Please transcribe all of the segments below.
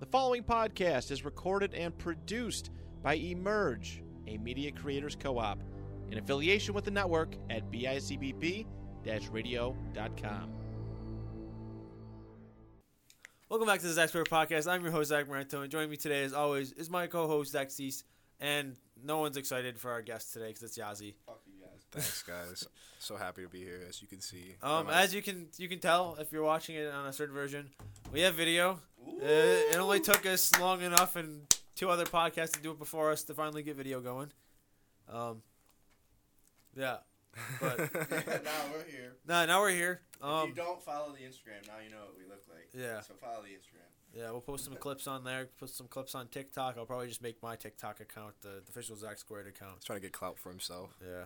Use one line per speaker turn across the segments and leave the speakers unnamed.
The following podcast is recorded and produced by Emerge, a media creators co op, in affiliation with the network at bicbp radio.com.
Welcome back to the Zach Square Podcast. I'm your host, Zach Maranto, and joining me today, as always, is my co host, Zach Cease. And no one's excited for our guest today because it's Yazi.
Thanks, guys. so happy to be here, as you can see.
Um,
I'm a-
as you can you can tell if you're watching it on a certain version, we have video. Uh, it only took us long enough and two other podcasts to do it before us to finally get video going. Um, yeah. But
Yeah, now we're here.
nah, now we're here.
if
Um,
you don't follow the Instagram, now you know what we look like.
Yeah.
So follow the Instagram.
Yeah, we'll post some clips on there. Put some clips on TikTok. I'll probably just make my TikTok account the, the official Zach Squared account.
He's trying to get clout for himself.
Yeah.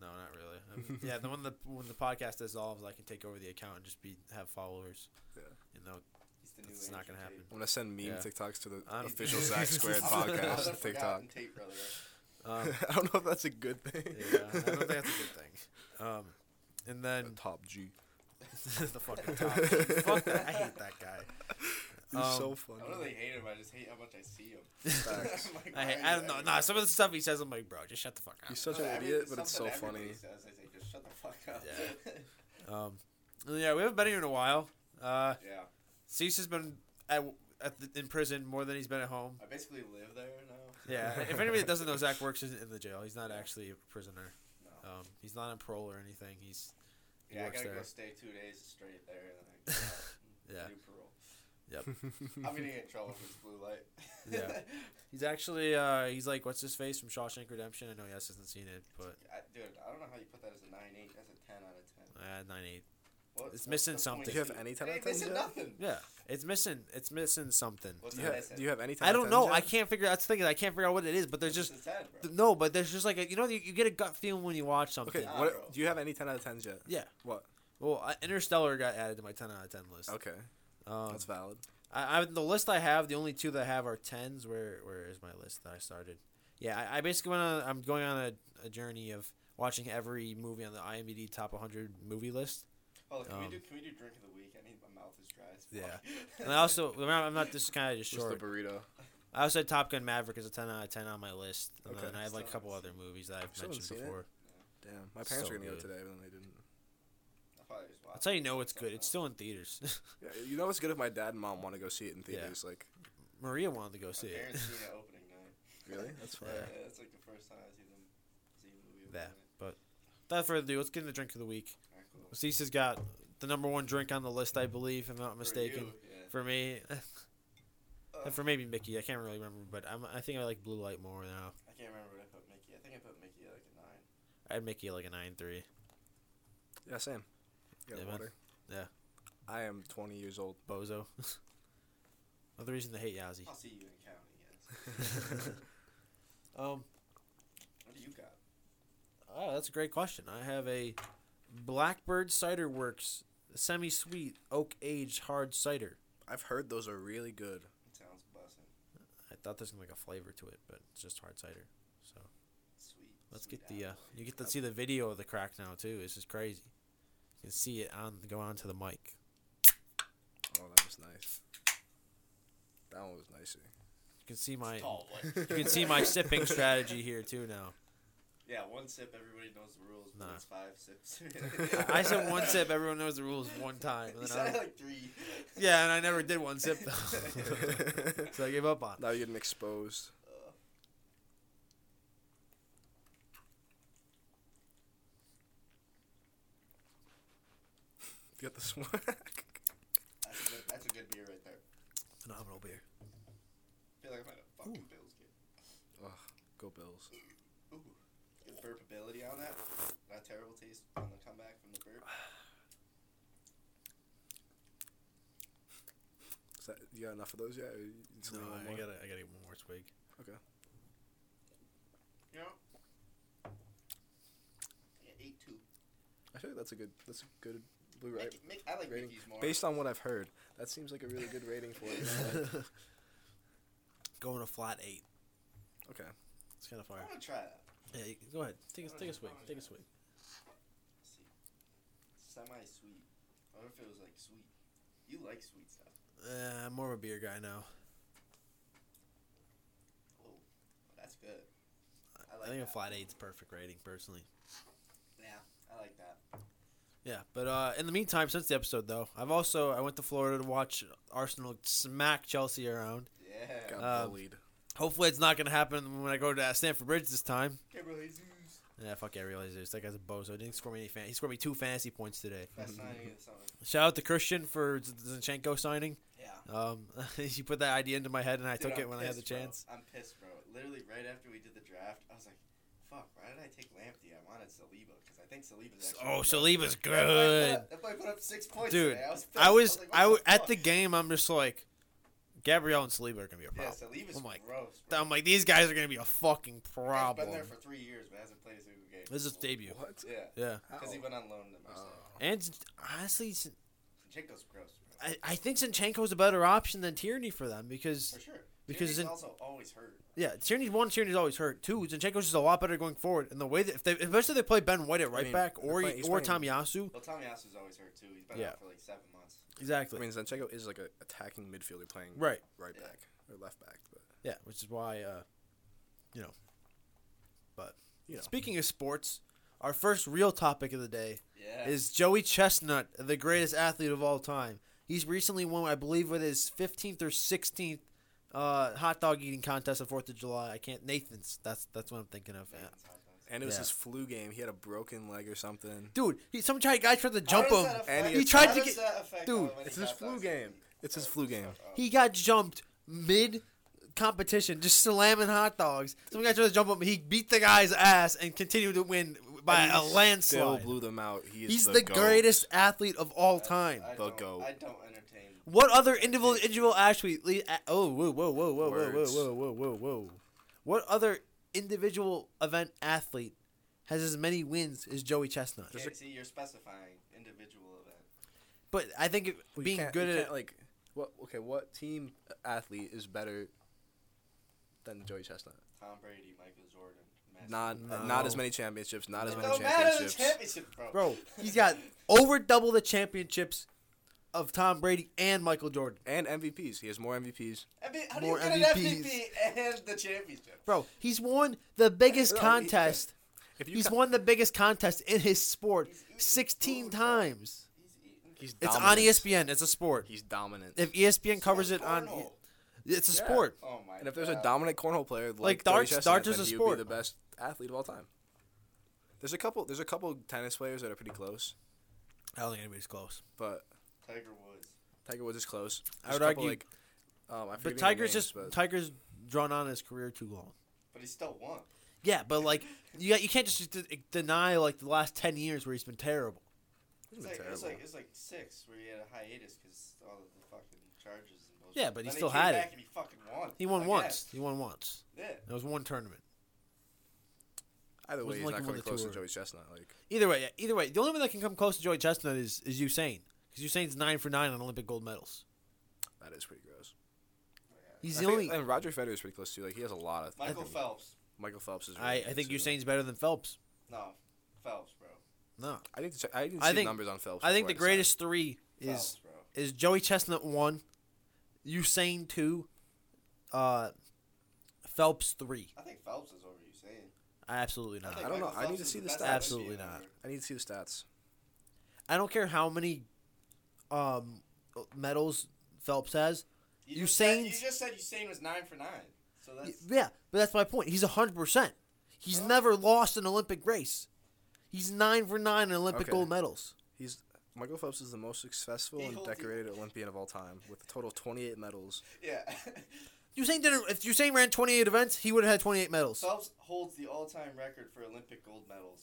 No, not really. I mean, yeah, the when the when the podcast dissolves, I can take over the account and just be have followers.
Yeah.
You know,
He's the
That's
new
not
Andrew
gonna happen.
Tate.
I'm gonna send meme
Yeah.
TikToks to the
I'm-
official Zach Squared
I'm the- I'm
podcast
the
on TikTok.
forgotten Tate brother.
um,
I don't know if that's a good thing.
yeah, I don't think that's a good thing. Um, and
The
then
top G.
the fucking top. Fuck that. I hate that guy.
He's
Um,
so
I
funny.
don't really hate him. I just hate how much I see him.
Facts.
I'm like,
I
why
hate,
are
I
you
don't know.
like-
Nah, some of the stuff he says, I'm like, bro, just shut the fuck
He's
up.
such
No,
an
I mean,
idiot, but it's so
something
funny.
everybody Says, I say, just shut the fuck up.
Yeah. Um, yeah, we haven't been here in a while. Uh,
Yeah.
Cease has been at, at the, in prison more than he's been at home.
I basically live there now.
Yeah. if anybody that doesn't know, Zach works in, in the jail. He's not actually a prisoner.
No.
Um, he's not on parole or anything. He's he
Yeah, I
works
gotta go
there.
stay two days straight there and then I go out and
Yeah.
do parole.
I'm
I'm gonna get in trouble for this blue light.
Yeah. He's actually uh, he's like what's his face from Shawshank Redemption. I know he hasn't seen it, but
I, dude, I don't know how you put that as a 9.8. That's a 10 out of 10.
uh, nine eight.
What-
It's
what-
missing
what
something.
point
Do you
have
is it?
any 10 out
It
of
ain't
10
missing
yet?
nothing.
Yeah, it's missing it's missing something.
What's
do,
the
you have,
missing?
do you have any?
I don't know. I
10s
can't figure. out That's the thing. is I can't figure out what it is. But there's just
It's a 10, bro.
th- no. But there's just like a, you know you, you get a gut feeling when you watch
yet?
something.
Okay.
Nah, bro.
What, do you have any ten out of tens yet?
Yeah.
What?
Well, I, Interstellar got added to my ten out of ten list.
Okay.
Um,
That's valid.
I, I the list I have, the only two that I have are tens. Where where is my list that I started? Yeah, I, I basically went on. I'm going on a, a journey of watching every movie on the IMDb top 100 movie list.
Oh, can we
Um,
do can we do drink of the week? I need my mouth is dry. As fuck.
Yeah. And I also, remember, I'm not just kind of just
Just the
short.
burrito.
I also had Top Gun Maverick as a 10 out of 10 on my list. And
Okay.
then I have like a
Still
couple
haven't
other movies that I've
Still haven't
mentioned
seen it.
before.
Damn. My parents
So
were gonna
good.
go today, but then they didn't.
I'll probably just watch
That's how you
it.
know it's good.
Don't
It's still in theaters.
Yeah, you know it's good if my dad and mom want to go see it in theaters. Like,
Maria wanted to go
know.
see
My
it.
parents seen it opening night.
really? That's fine.
Yeah.
Yeah.
that's like the first time I see them see a movie.
that.
opening
But without further ado, let's get into drink of the week.
night. Alright, cool.
Cease has got the number one drink on the list, I believe, if I'm not
For
mistaken.
you, yeah. Uh,
For me,
Ugh,
and for maybe Mickey, I can't really remember, but I'm, I think I like Blue Light more now.
I can't remember what I put Mickey. I think I put Mickey at like a nine.
I had Mickey like a nine three.
Yeah, same. You got
Yeah, man.
water.
Yeah.
I am 20 years old.
Bozo. Another reason to hate Yazzie.
I'll see you in county. Yes.
Um,
What do you got?
oh, that's a great question. I have a Blackbird Cider Works semi sweet oak aged hard cider.
I've heard those are really good.
It sounds bussin'.
I thought there's gonna be like a flavor to it, but it's just hard cider. So
Sweet.
let's get
sweet
the uh,
apple.
you get to see the video of the crack now too. This is crazy. You can see it on go onto the mic.
Oh, that was nice. That one was nicer.
You can see my
Tall boy.
you can see my sipping strategy here too now.
Yeah, one sip. Everybody knows the rules. But
Nah.
it's five sips.
I said one sip. Everyone knows the rules one time. And
You
then I,
said like three.
yeah, and I never did one sip though, so I gave up on. it.
now you're getting exposed.
Ugh.
You got the swag.
That's a good, that's a good beer right there.
Phenomenal beer.
I feel like I'm at a fucking Bills game.
Go Bills.
Ooh. Good burp ability on that. Not terrible taste on the comeback from the burp.
Is that, you got enough of those yet? Or you still need one more?
I gotta get one more twig.
Okay.
You know? Yeah, 8 2.
I feel like that's a good. That's a good blue right.
Mick, Mick, I like
rating.
Mickey's more.
Based on what I've heard, that seems like a really good rating for it.
Going a flat eight.
okay.
It's kind of
I
fire.
want to try that.
Yeah, you- go ahead. Take a take a swig. Take a swig.
Let's see. Semi sweet. I wonder if it was like sweet. You like sweet stuff.
Uh, I'm more of a beer guy now.
Oh, good. I
I
like
think a
that.
flat eight's perfect rating personally.
Yeah, I like that.
Yeah, but uh, in the meantime, since the episode though, I've also I went to Florida to watch Arsenal smack Chelsea around.
Yeah.
Got
Um,
bullied.
Hopefully, it's not gonna happen when I go to uh, Stanford Bridge this time.
Gabriel Jesus.
Yeah, fuck, I realize this. That guy's a bozo. He didn't score me any fan. He scored me two fantasy points today.
Best signing of the summer.
Shout out to Christian for Z- Zinchenko signing.
Yeah.
Um, you put that idea into my head, and I
Dude,
took
I'm
it when I had the
pissed, bro.
chance.
I'm pissed, bro. Literally right after we did the draft, I was like, "Fuck, why did I take Lamptey? I wanted Saliba because I think Saliba's actually."
Oh,
good."
Saliba's
That boy
good.
put up- That boy put up six points.
Dude,
today. I was. Pissed.
I was
like, what
I w- at
fuck?
the game. I'm just like, Gabriel and Saliba are gonna be a
Yeah,
problem.
Saliba's
I'm like,
gross. Bro.
I'm like, these guys are gonna be a fucking
He's
problem.
been there for three years, but hasn't played a single game.
This is his debut.
What?
Yeah,
Yeah,
How?
because he went on loan to Marseille.
Oh.
and Z- honestly, Z-
Zinchenko's gross, bro.
I, I think Zinchenko's a better option than Tierney for them because
For sure.
because
he's
in-
also always hurt.
yeah, Tierney's one, Tierney's always hurt. Two, Zinchenko's just a lot better going forward. And the way that if they especially if they play Ben White at right
mean,
back
they're
or
playing- he's
or
playing-
Tomiyasu,
Well, Tommy Asu's always hurt too. He's been
Yeah.
out for like seven months.
exactly.
I mean, Zanchenko is like an attacking midfielder playing
Right.
right
Yeah.
back or left back, but
Yeah, which is why, uh, you know. But
You know.
speaking of sports, our first real topic of the day
Yeah.
is Joey Chestnut, the greatest athlete of all time. He's recently won, I believe, with his fifteenth or sixteenth uh, hot dog eating contest on Fourth of July. I can't Nathan's. That's that's what I'm thinking of.
Man,
Yeah.
it's hot dogs.
and it was
Yeah.
his flu game. He had a broken leg or something.
Dude, he, some guy guy tried to jump
How does
him.
that
and
affect-
he
tried
how
to
does
get-
that affect
Dude,
how many
It's his
hot
flu
dogs
game.
you eat?
It's his
Oh,
flu game.
fuck off.
He got jumped mid competition, just slamming hot dogs. Some guy tried to jump him. He beat the guy's ass and continued to win by
And
a
he Still
landslide.
blew them out. He is
He's
the,
the,
GOAT.
greatest athlete of all
I-
time.
I
The
don't-
goat.
I don't entertain.
what other individual individual athlete? le- a- Oh, whoa, whoa, whoa, whoa, whoa, whoa,
Words.
whoa, whoa, whoa, whoa. What other individual event athlete has as many wins as Joey Chestnut?
Okay, see, you're specifying individual event.
But I think it,
Well, you
being
can't-
good
you
at
can't, like what? Okay, what team athlete is better than Joey Chestnut?
Tom Brady, Michael Jordan, Messi.
Not
No.
not as many championships. Not as
It
many
don't matter the
championships.
championship, bro.
bro, he's got over double the championships of Tom Brady and Michael Jordan.
and MVPs. He has more MVPs.
I mean, how do
more
you get
MVPs.
an MVP and the championship?
Bro, he's won the biggest
No, he-
contest.
If
He's
ca-
won the biggest contest in his sport
He's eating
16
food, bro.
times.
He's eating.
he's
It's
dominant.
on E ESPN. It's a sport.
He's dominant.
If E ESPN covers
He's
it on, E-
Arnold.
it's a
Yeah.
sport.
Oh my.
and if there's a
God.
dominant cornhole player like,
Like
Joey
darts-
Chestnut,
darts is
then
a
he
sport.
Would be the best athlete of all time. There's a couple. There's a couple tennis players that are pretty close,
I don't think anybody's close.
but
Tiger Woods.
Tiger Woods is close.
I
There's
would
a couple,
argue-
like, um, I
But
forget their
Tiger's
names,
just
but-
Tiger's drawn on his career too long.
But he still won.
Yeah, but like you got, you can't just de- deny like the last ten years where he's been terrible.
It's
Isn't
like,
it
it's
terrible?
like it's like six where he had a hiatus because all of the fucking charges and bullshit.
Yeah, but he
Then
still
came
had it.
back And he fucking won.
He won
again.
once. He won once.
Yeah.
That was one tournament.
Either way,
Wasn't
he's
like
not
one
coming
of the
close
two
to
or-
Joey Chestnut. Like
Either way, yeah, either way, the only one that can come close to Joey Chestnut is is Usain because Usain's nine for nine on Olympic gold medals.
that is pretty gross.
He's
I
the
think-
only.
and Roger Federer is pretty close too. Like he has a lot of.
Michael
I think
Phelps.
Michael Phelps is. Really
I, I
good,
think
too.
Usain's better than Phelps.
No, Phelps, bro.
No,
I need to check. I need to
I
see the
think-
numbers on Phelps.
I think the
before decide.
greatest three is
Phelps, bro.
is Joey Chestnut one, Usain two, uh, Phelps three.
I think Phelps is over Usain.
Absolutely not. I,
think
Uh, I don't know.
Michael
I need
Phelps
to
is
see the
best
stats.
athlete
Absolutely
ever.
not.
I need to see the stats.
don't care how many um, medals Phelps has.
You just said-
Usain's-
You just said Usain was nine for nine. So that's.
Yeah, but that's my point. He's hundred percent. He's never lost an Olympic race. He's nine for nine in Olympic
Okay.
gold medals.
He's Michael Phelps is the most successful
He
and
holds it.
decorated Olympian of all time, with a total of 28 medals.
Yeah.
Usain didn't. If Usain ran twenty eight events, he would have had twenty eight medals. So,
Phelps holds the all-time record for Olympic gold medals.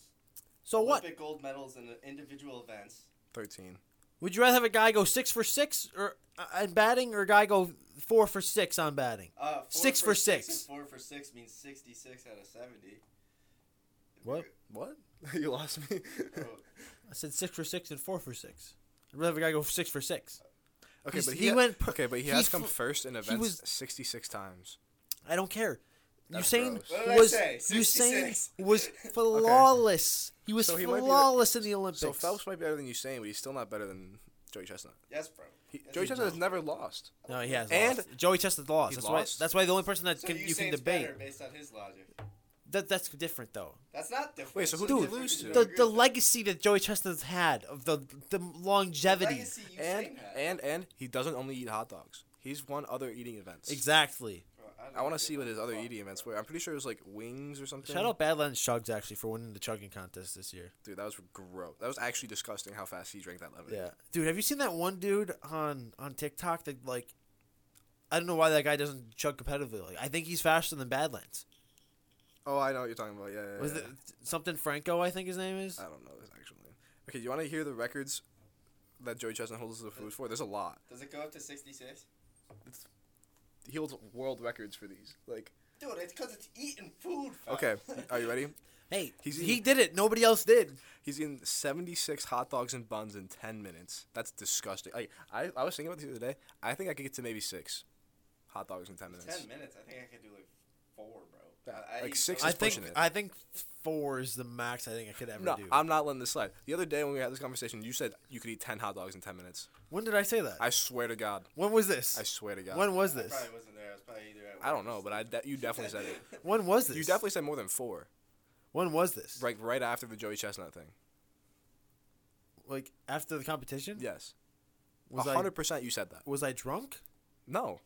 what?
Olympic gold medals in individual events.
13.
Would you rather have a guy go six for six or uh, on batting, or a guy go four for six on batting?
Uh, four
Six for
and
six.
Four for six means sixty-six out of seventy.
What?
What? you lost me.
Bro,
I said six for six and four for six. I'd rather have a guy go six for six.
okay,
He's-
but he,
he
ha-
went per-
okay, but he,
he
has come
fl-
first in events
was-
66 times.
I don't care.
That's
Usain
gross. What
did I
was
say?
Usain
66.
was flawless. He was
So he might be the-
flawless in the Olympics.
So Phelps might be better than Usain, but he's still not better than Joey Chestnut.
Yes, bro.
He,
Yes,
Joey
he
Chestnut has
does.
never lost.
No, he has.
And-
lost. Joey Chestnut lost.
He's
That's
lost.
why. That's why the only person that
So
can
you,
you
say
can
it's
debate.
better based on his logic.
That that's different though.
That's not different.
Wait, so who
It's
did he
different
lose
than
to?
you
The
agree
the
with.
legacy that Joey Chestnut's had of the the longevity.
Legacy, you
And
saying that.
and and he doesn't only eat hot dogs. He's won other eating events.
Exactly.
Bro,
I
don't
want to
give
see what
a
his other
fuck,
eating events
bro.
were. I'm pretty sure it was like wings or something.
Shout out Badlands Chugs actually for winning the chugging contest this year.
dude. That was gross. That was actually disgusting how fast he drank that lemonade.
Yeah, dude, have you seen that one dude on on TikTok that like, I don't know why that guy doesn't chug competitively. Like, I think he's faster than Badlands.
Oh, I know what you're talking about. Yeah. yeah,
Was
yeah. Uh,
it something Franco? I think his name is.
I don't know this actually. Okay, do you want to hear the records that Joey Chestnut holds the food for? There's a lot.
Does it go up to 66?
He holds world records for these. Like,
Dude, it's because it's eating food. fam.
okay, are you ready?
hey,
He's-
he did it. Nobody else did.
He's eating 76 hot dogs and buns in 10 minutes. That's disgusting. Like, I, I was thinking about this the other day. I think I could get to maybe six hot dogs in 10 minutes.
10 minutes. I think I could do like four, bro.
Yeah,
I- I
like
eat
six
so
I
is
much.
think
pushing it.
I think four is the max I think I could ever
No,
do.
I'm not letting this slide. The other day when we had this conversation, you said you could eat 10 hot dogs in 10 minutes.
when did I say that?
I swear to God.
when was this?
I swear to God.
when was
I
this?
probably wasn't there. I was probably either at
I
work
don't
or
know, but I de- you definitely said it.
When was this?
You definitely said more than four.
When was this?
Like, right after the Joey Chestnut thing.
Like after the competition?
Yes.
Was I
100% you said that.
was I drunk?
No.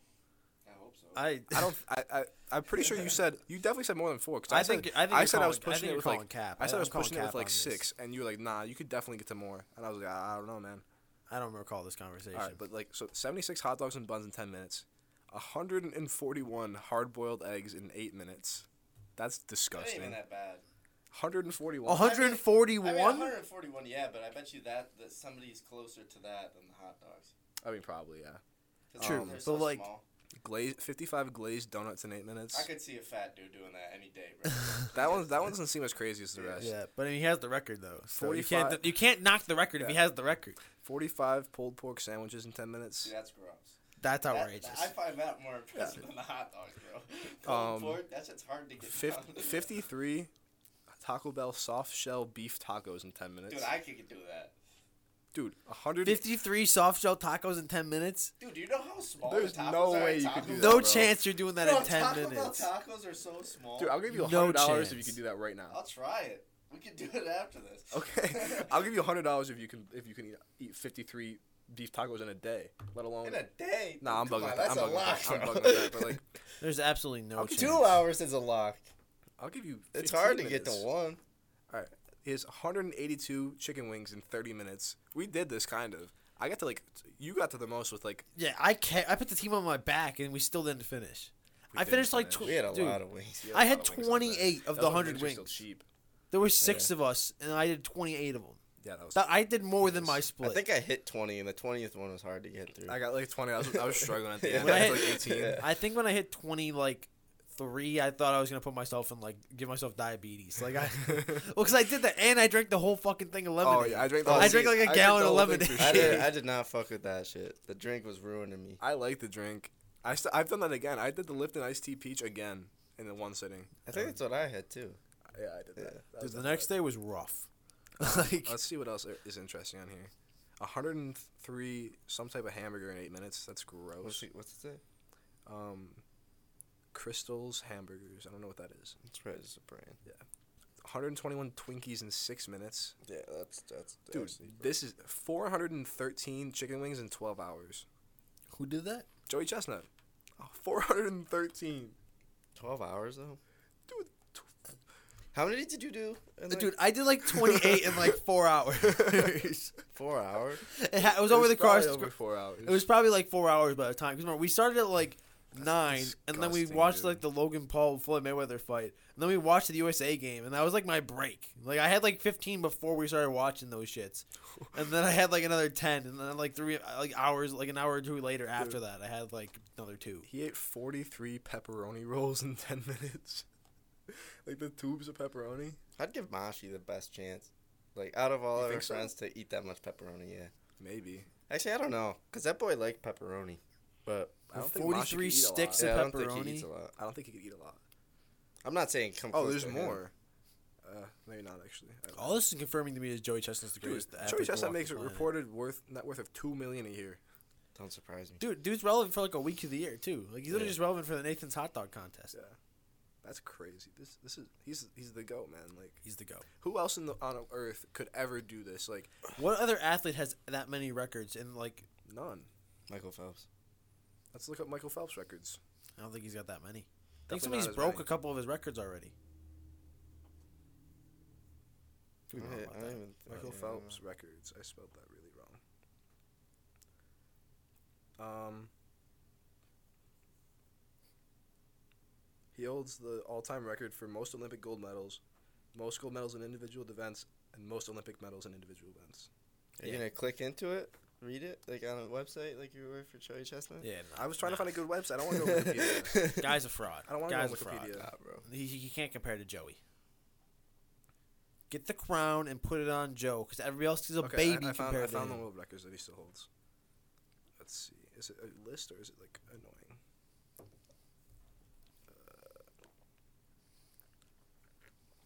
something. I hope
I
so.
I don't. I, I I'm pretty sure you said you definitely said more than four. 'cause
I
I, said-
think- I think
I
you're
said I was
calling- I
pushing
think
it
you're
with like
calling cap.
I said I
I'm
was
calling
pushing it
cap
with
on
like
this.
six, and you were like, nah, you could definitely get to more. And I was like, I I don't know, man.
I don't recall this conversation.
All right, but like so, 76 hot dogs and buns in 10 minutes, 141 hard-boiled eggs in eight minutes. That's
It ain't
disgusting.
even that bad.
141.
A hundred and forty
I mean,
one?
141, yeah, but I bet you that, that somebody's closer to that than the hot dogs.
I mean, probably yeah.
'Cause
True,
they're
but,
so
like-
small.
Glazed 55 glazed donuts in eight minutes.
I could see a fat dude doing that any day, bro.
that one that one doesn't seem as crazy as the rest.
Yeah, but I mean, he has the record though. So you
45
can't you can't knock the record if he
Yeah.
has the record.
45 pulled pork sandwiches in 10 minutes.
See, that's gross.
That's
That-
outrageous.
I find that more impressive than the hot dogs, bro.
Um,
Pulled pork, that shit's hard to get
Fif-
down.
53 Taco Bell soft shell beef tacos in 10 minutes.
Dude, I could do that.
Dude, 100
Fifty three soft shell tacos in ten minutes.
Dude, do you know how small
There's
the tacos
no
are at
way you
Taco
could do
Bell?
that,
No
bro.
chance you're doing that
Bro,
in ten
Taco
minutes.
Bell tacos are so small.
Dude, I'll give you $100
No
if you
chance.
can do that right now.
I'll try it. We can do it after this.
Okay. I'll give you $100 if you can if you can eat, eat 53 beef tacos in a day, let alone
In a day.
Nah, I'm
Come
bugging.
on,
with that.
That's
I'm
a
bugging.
lot.
with that. I'm
bro.
bugging with that, but like
There's absolutely no chance.
Two hours is a lock.
I'll give you
It's
15
hard to
minutes.
get to one.
All right. Here's 182 chicken wings in 30 minutes. We did this kind of. I got to like you got to the most with like
Yeah, I can't. I put the team on my back, and we still didn't finish.
We
I
didn't
finished like
finish.
tw-
We had a
dude,
lot of wings.
you
I
a
had
lot of wings out there.
28 of
That
the
was when
100
wings were still
wings.
cheap.
There were six of us, and I did 28 of them.
Yeah, that was
That, I did more than my
I
split.
think I hit 20, and the 20th one was hard to get through.
I got like 20. I was, I was struggling at the end.
When I
I was
had-
like 18.
Yeah.
I think when I hit 20, like three, I thought I was gonna put myself in like give myself diabetes. Like I, well, because I did that, and I drank the whole fucking thing of lemonade.
Oh, yeah, I drank the
I
whole
drank, like, a
I
gallon
the
of
whole thing
lemonade.
for
I
sure.
did, I did not fuck with that shit. The drink was ruining me.
I like the drink. I st- I've done that again. I did the Lipton iced tea peach again in the one sitting. Um,
I think that's what I had too.
Yeah, I did that.
Yeah.
That was
Dude, the
not
next day was rough. like
bad.
Uh,
Let's see what else i- is interesting on here. 103 some type of hamburger in eight minutes. That's
What's
gross.
it, what's it say?
Um, Crystals hamburgers. I don't know what that is.
It's right, it's a brand.
121 Twinkies in six minutes.
Yeah, that's that's.
Dude, this is 413 chicken wings in 12 hours.
who did that?
Joey Chestnut. Oh, 413.
twelve hours though.
Dude,
How many did you do? in, like,
Dude, I did like 28 in like four hours. it,
four hours.
ha- it was over the cross.
probably over four hours.
It was probably like four hours by the time. Because remember, we started at like nine, and then we
disgusting,
watched
dude.
like the Logan Paul Floyd Mayweather fight, and then we watched the USA game, and that was like my break. Like I had like fifteen before we started watching those shits, and then I had like another ten, and then like three like hours, like an hour or two later after that, I had like another two.
he ate 43 pepperoni rolls in 10 minutes. like the tubes of pepperoni.
I'd give Mashi the best chance. Like out of all
You
of our
think so?
friends to eat that much pepperoni, yeah.
Maybe.
Actually, I don't know, cause that boy liked pepperoni, but
I don't think Masha could
43
eat a lot.
sticks
yeah, I
of
don't think he eats
pepperoni.
a lot.
I don't think he could eat a lot.
I'm not saying come.
Oh,
close
there's
to him.
more. Uh, maybe not actually. I-
All this is confirming to me is Joey Chestnut's the
Dude,
greatest.
Joey
athlete to
Chestnut
walk
makes
the
a
planet.
reported worth net worth of two million a year.
Don't surprise me.
Dude, dude's relevant for like a week of the year too. Like he's literally
Yeah.
just relevant for the Nathan's hot dog contest.
Yeah. That's crazy. This this is he's he's the goat man. Like
He's the go.
who else in the on earth could ever do this? Like
What other athlete has that many records? And like,
none.
Michael Phelps.
Let's look up Michael Phelps records.
I don't think he's got that many. I think
Definitely not
somebody's
as
broke
many.
a couple of his records already. We don't know about that.
Michael Phelps records. I spelled that really wrong. Um, he holds the all-time record for most Olympic gold medals, most gold medals in individual events, and most Olympic medals in individual events.
Are you
Yeah.
gonna click into it? Read it like on a website like you were for Joey Chestnut?
Yeah,
I was trying to find a good website. I don't want to go to Wikipedia.
guy's a fraud.
I don't want to go
guy's
on
a fraud.
Wikipedia.
Nah, bro.
He, he he can't compare to Joey. Get the crown and put it on Joe, because everybody else is a
Okay, I-
baby
I, found,
compared
I found
to
the
him.
world records that he still holds. Let's see. Is it a list or is it like annoying? Uh,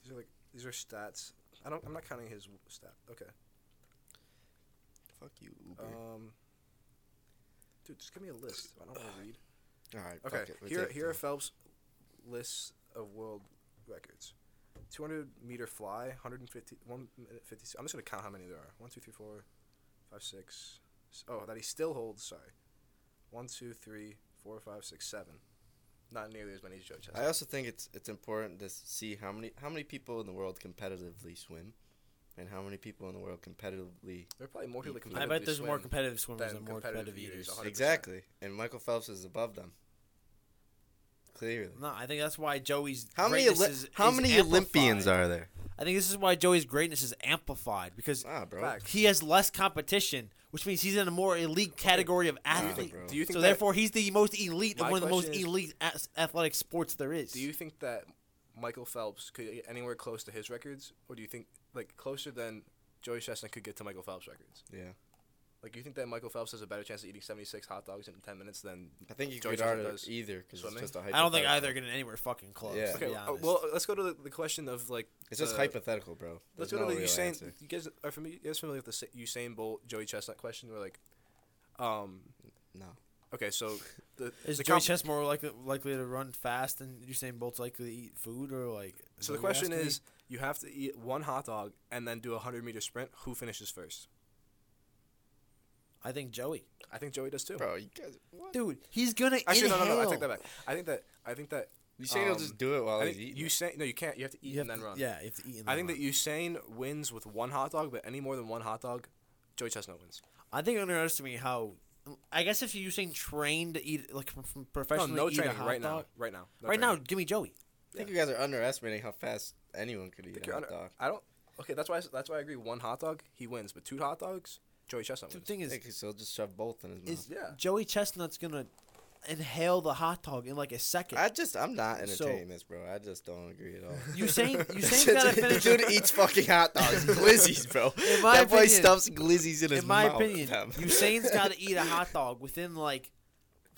These are like these are stats. I don't. I'm not counting his w- stat. Okay.
Fuck you, Uber.
Um. Dude, just give me a list. I don't want to read.
All right. fuck
Okay.
it, we'll
Here,
take
here are
that.
Phelps' lists of world records: 200 meter fly, 150, one minute 50. I'm just gonna count how many there are. One, two, three, four, five, six. s- Oh, that he still holds. Sorry. One, two, three, four, five, six, seven. Not nearly as many as Joe
I
Chestnut.
also think it's it's important to see how many how many people in the world competitively swim, and how many people in the world competitively
There are probably more people that
I
competitively
I bet there's more
swim.
competitive swimmers
than
and more
competitive
competitive
eaters,
eaters.
100%.
exactly. And Michael Phelps is above them. Clearly.
No, I think that's why Joey's
How many
greatness
Oli-
is,
how
is
many
amplified.
Olympians are there?
I think this is why Joey's greatness is amplified because
Ah, bro.
Facts.
he has less competition, which means he's in a more elite category of athlete.
bro.
Do you think
so
that,
therefore, he's the most elite of
My
one of the most
question is-
elite ath- athletic sports there is.
Do you think that Michael Phelps could get anywhere close to his records, or do you think like closer than Joey Chestnut could get to Michael Phelps' records?
Yeah.
Like, you think that Michael Phelps has a better chance of eating 76 hot dogs in 10 minutes than
I think you
Joey
could
Chestnut
argue
does?
either because it's
swimming?
just a
I
hypothetical.
don't think either are getting anywhere fucking close.
Yeah.
To
Okay,
be
uh,
honest.
well, let's go to the, the question of like.
It's just
the-
hypothetical, bro.
Let's
There's
go to
no
the
real
Usain.
answer.
You guys are familiar, you guys familiar with the Sa- Usain Bolt, Joey Chestnut question? Where like, um,
No.
okay, so the
is
the
Joey
comp-
Chess more likely, likely to run fast and Usain Bolt's likely to eat food or like? is that
so the
what you're
question
asking me?
is, you have to eat one hot dog and then do a hundred meter sprint. Who finishes first?
I think Joey,
I think Joey does too.
Bro, you guys. What?
dude, he's gonna
Actually,
inhale.
no, no, no. I take that back. I think that I think that
Usain will
um,
just do it while
I
he's
think
eating.
Usain. No, you can't. You have to eat
You have
and then
to-
run.
Yeah, you have to eat. And
I
then
think that
run.
Usain wins with one hot dog, but any more than one hot dog, Joey Chestnut wins.
I think underestimate how. I guess if you're saying trained to eat like from- from
No,
professionally
no
eat a
training
hot
right
dog,
now. Right now. No
right
training.
now, give me Joey.
I think you guys are underestimating how fast anyone could
I
eat
think
a
you're
hot
under-
dog.
I don't. Okay, that's why. I, s- that's why I agree. One hot dog, he wins, but two hot dogs, Joey Chestnut
The
wins.
thing
I
is,
think he'll just shove both in his mouth.
is
Yeah.
Joey Chestnut's gonna inhale the hot dog in like a second.
I just, I'm not
So-
entertaining this, bro. I just don't agree at all.
you saying you saying gotta finish
dude eats fucking hot dogs, and glizzies, bro.
In my
that boy
opinion-
stuffs glizzies in his
in my
mouth.
opinion,
fam.
Usain's got to eat a hot dog within like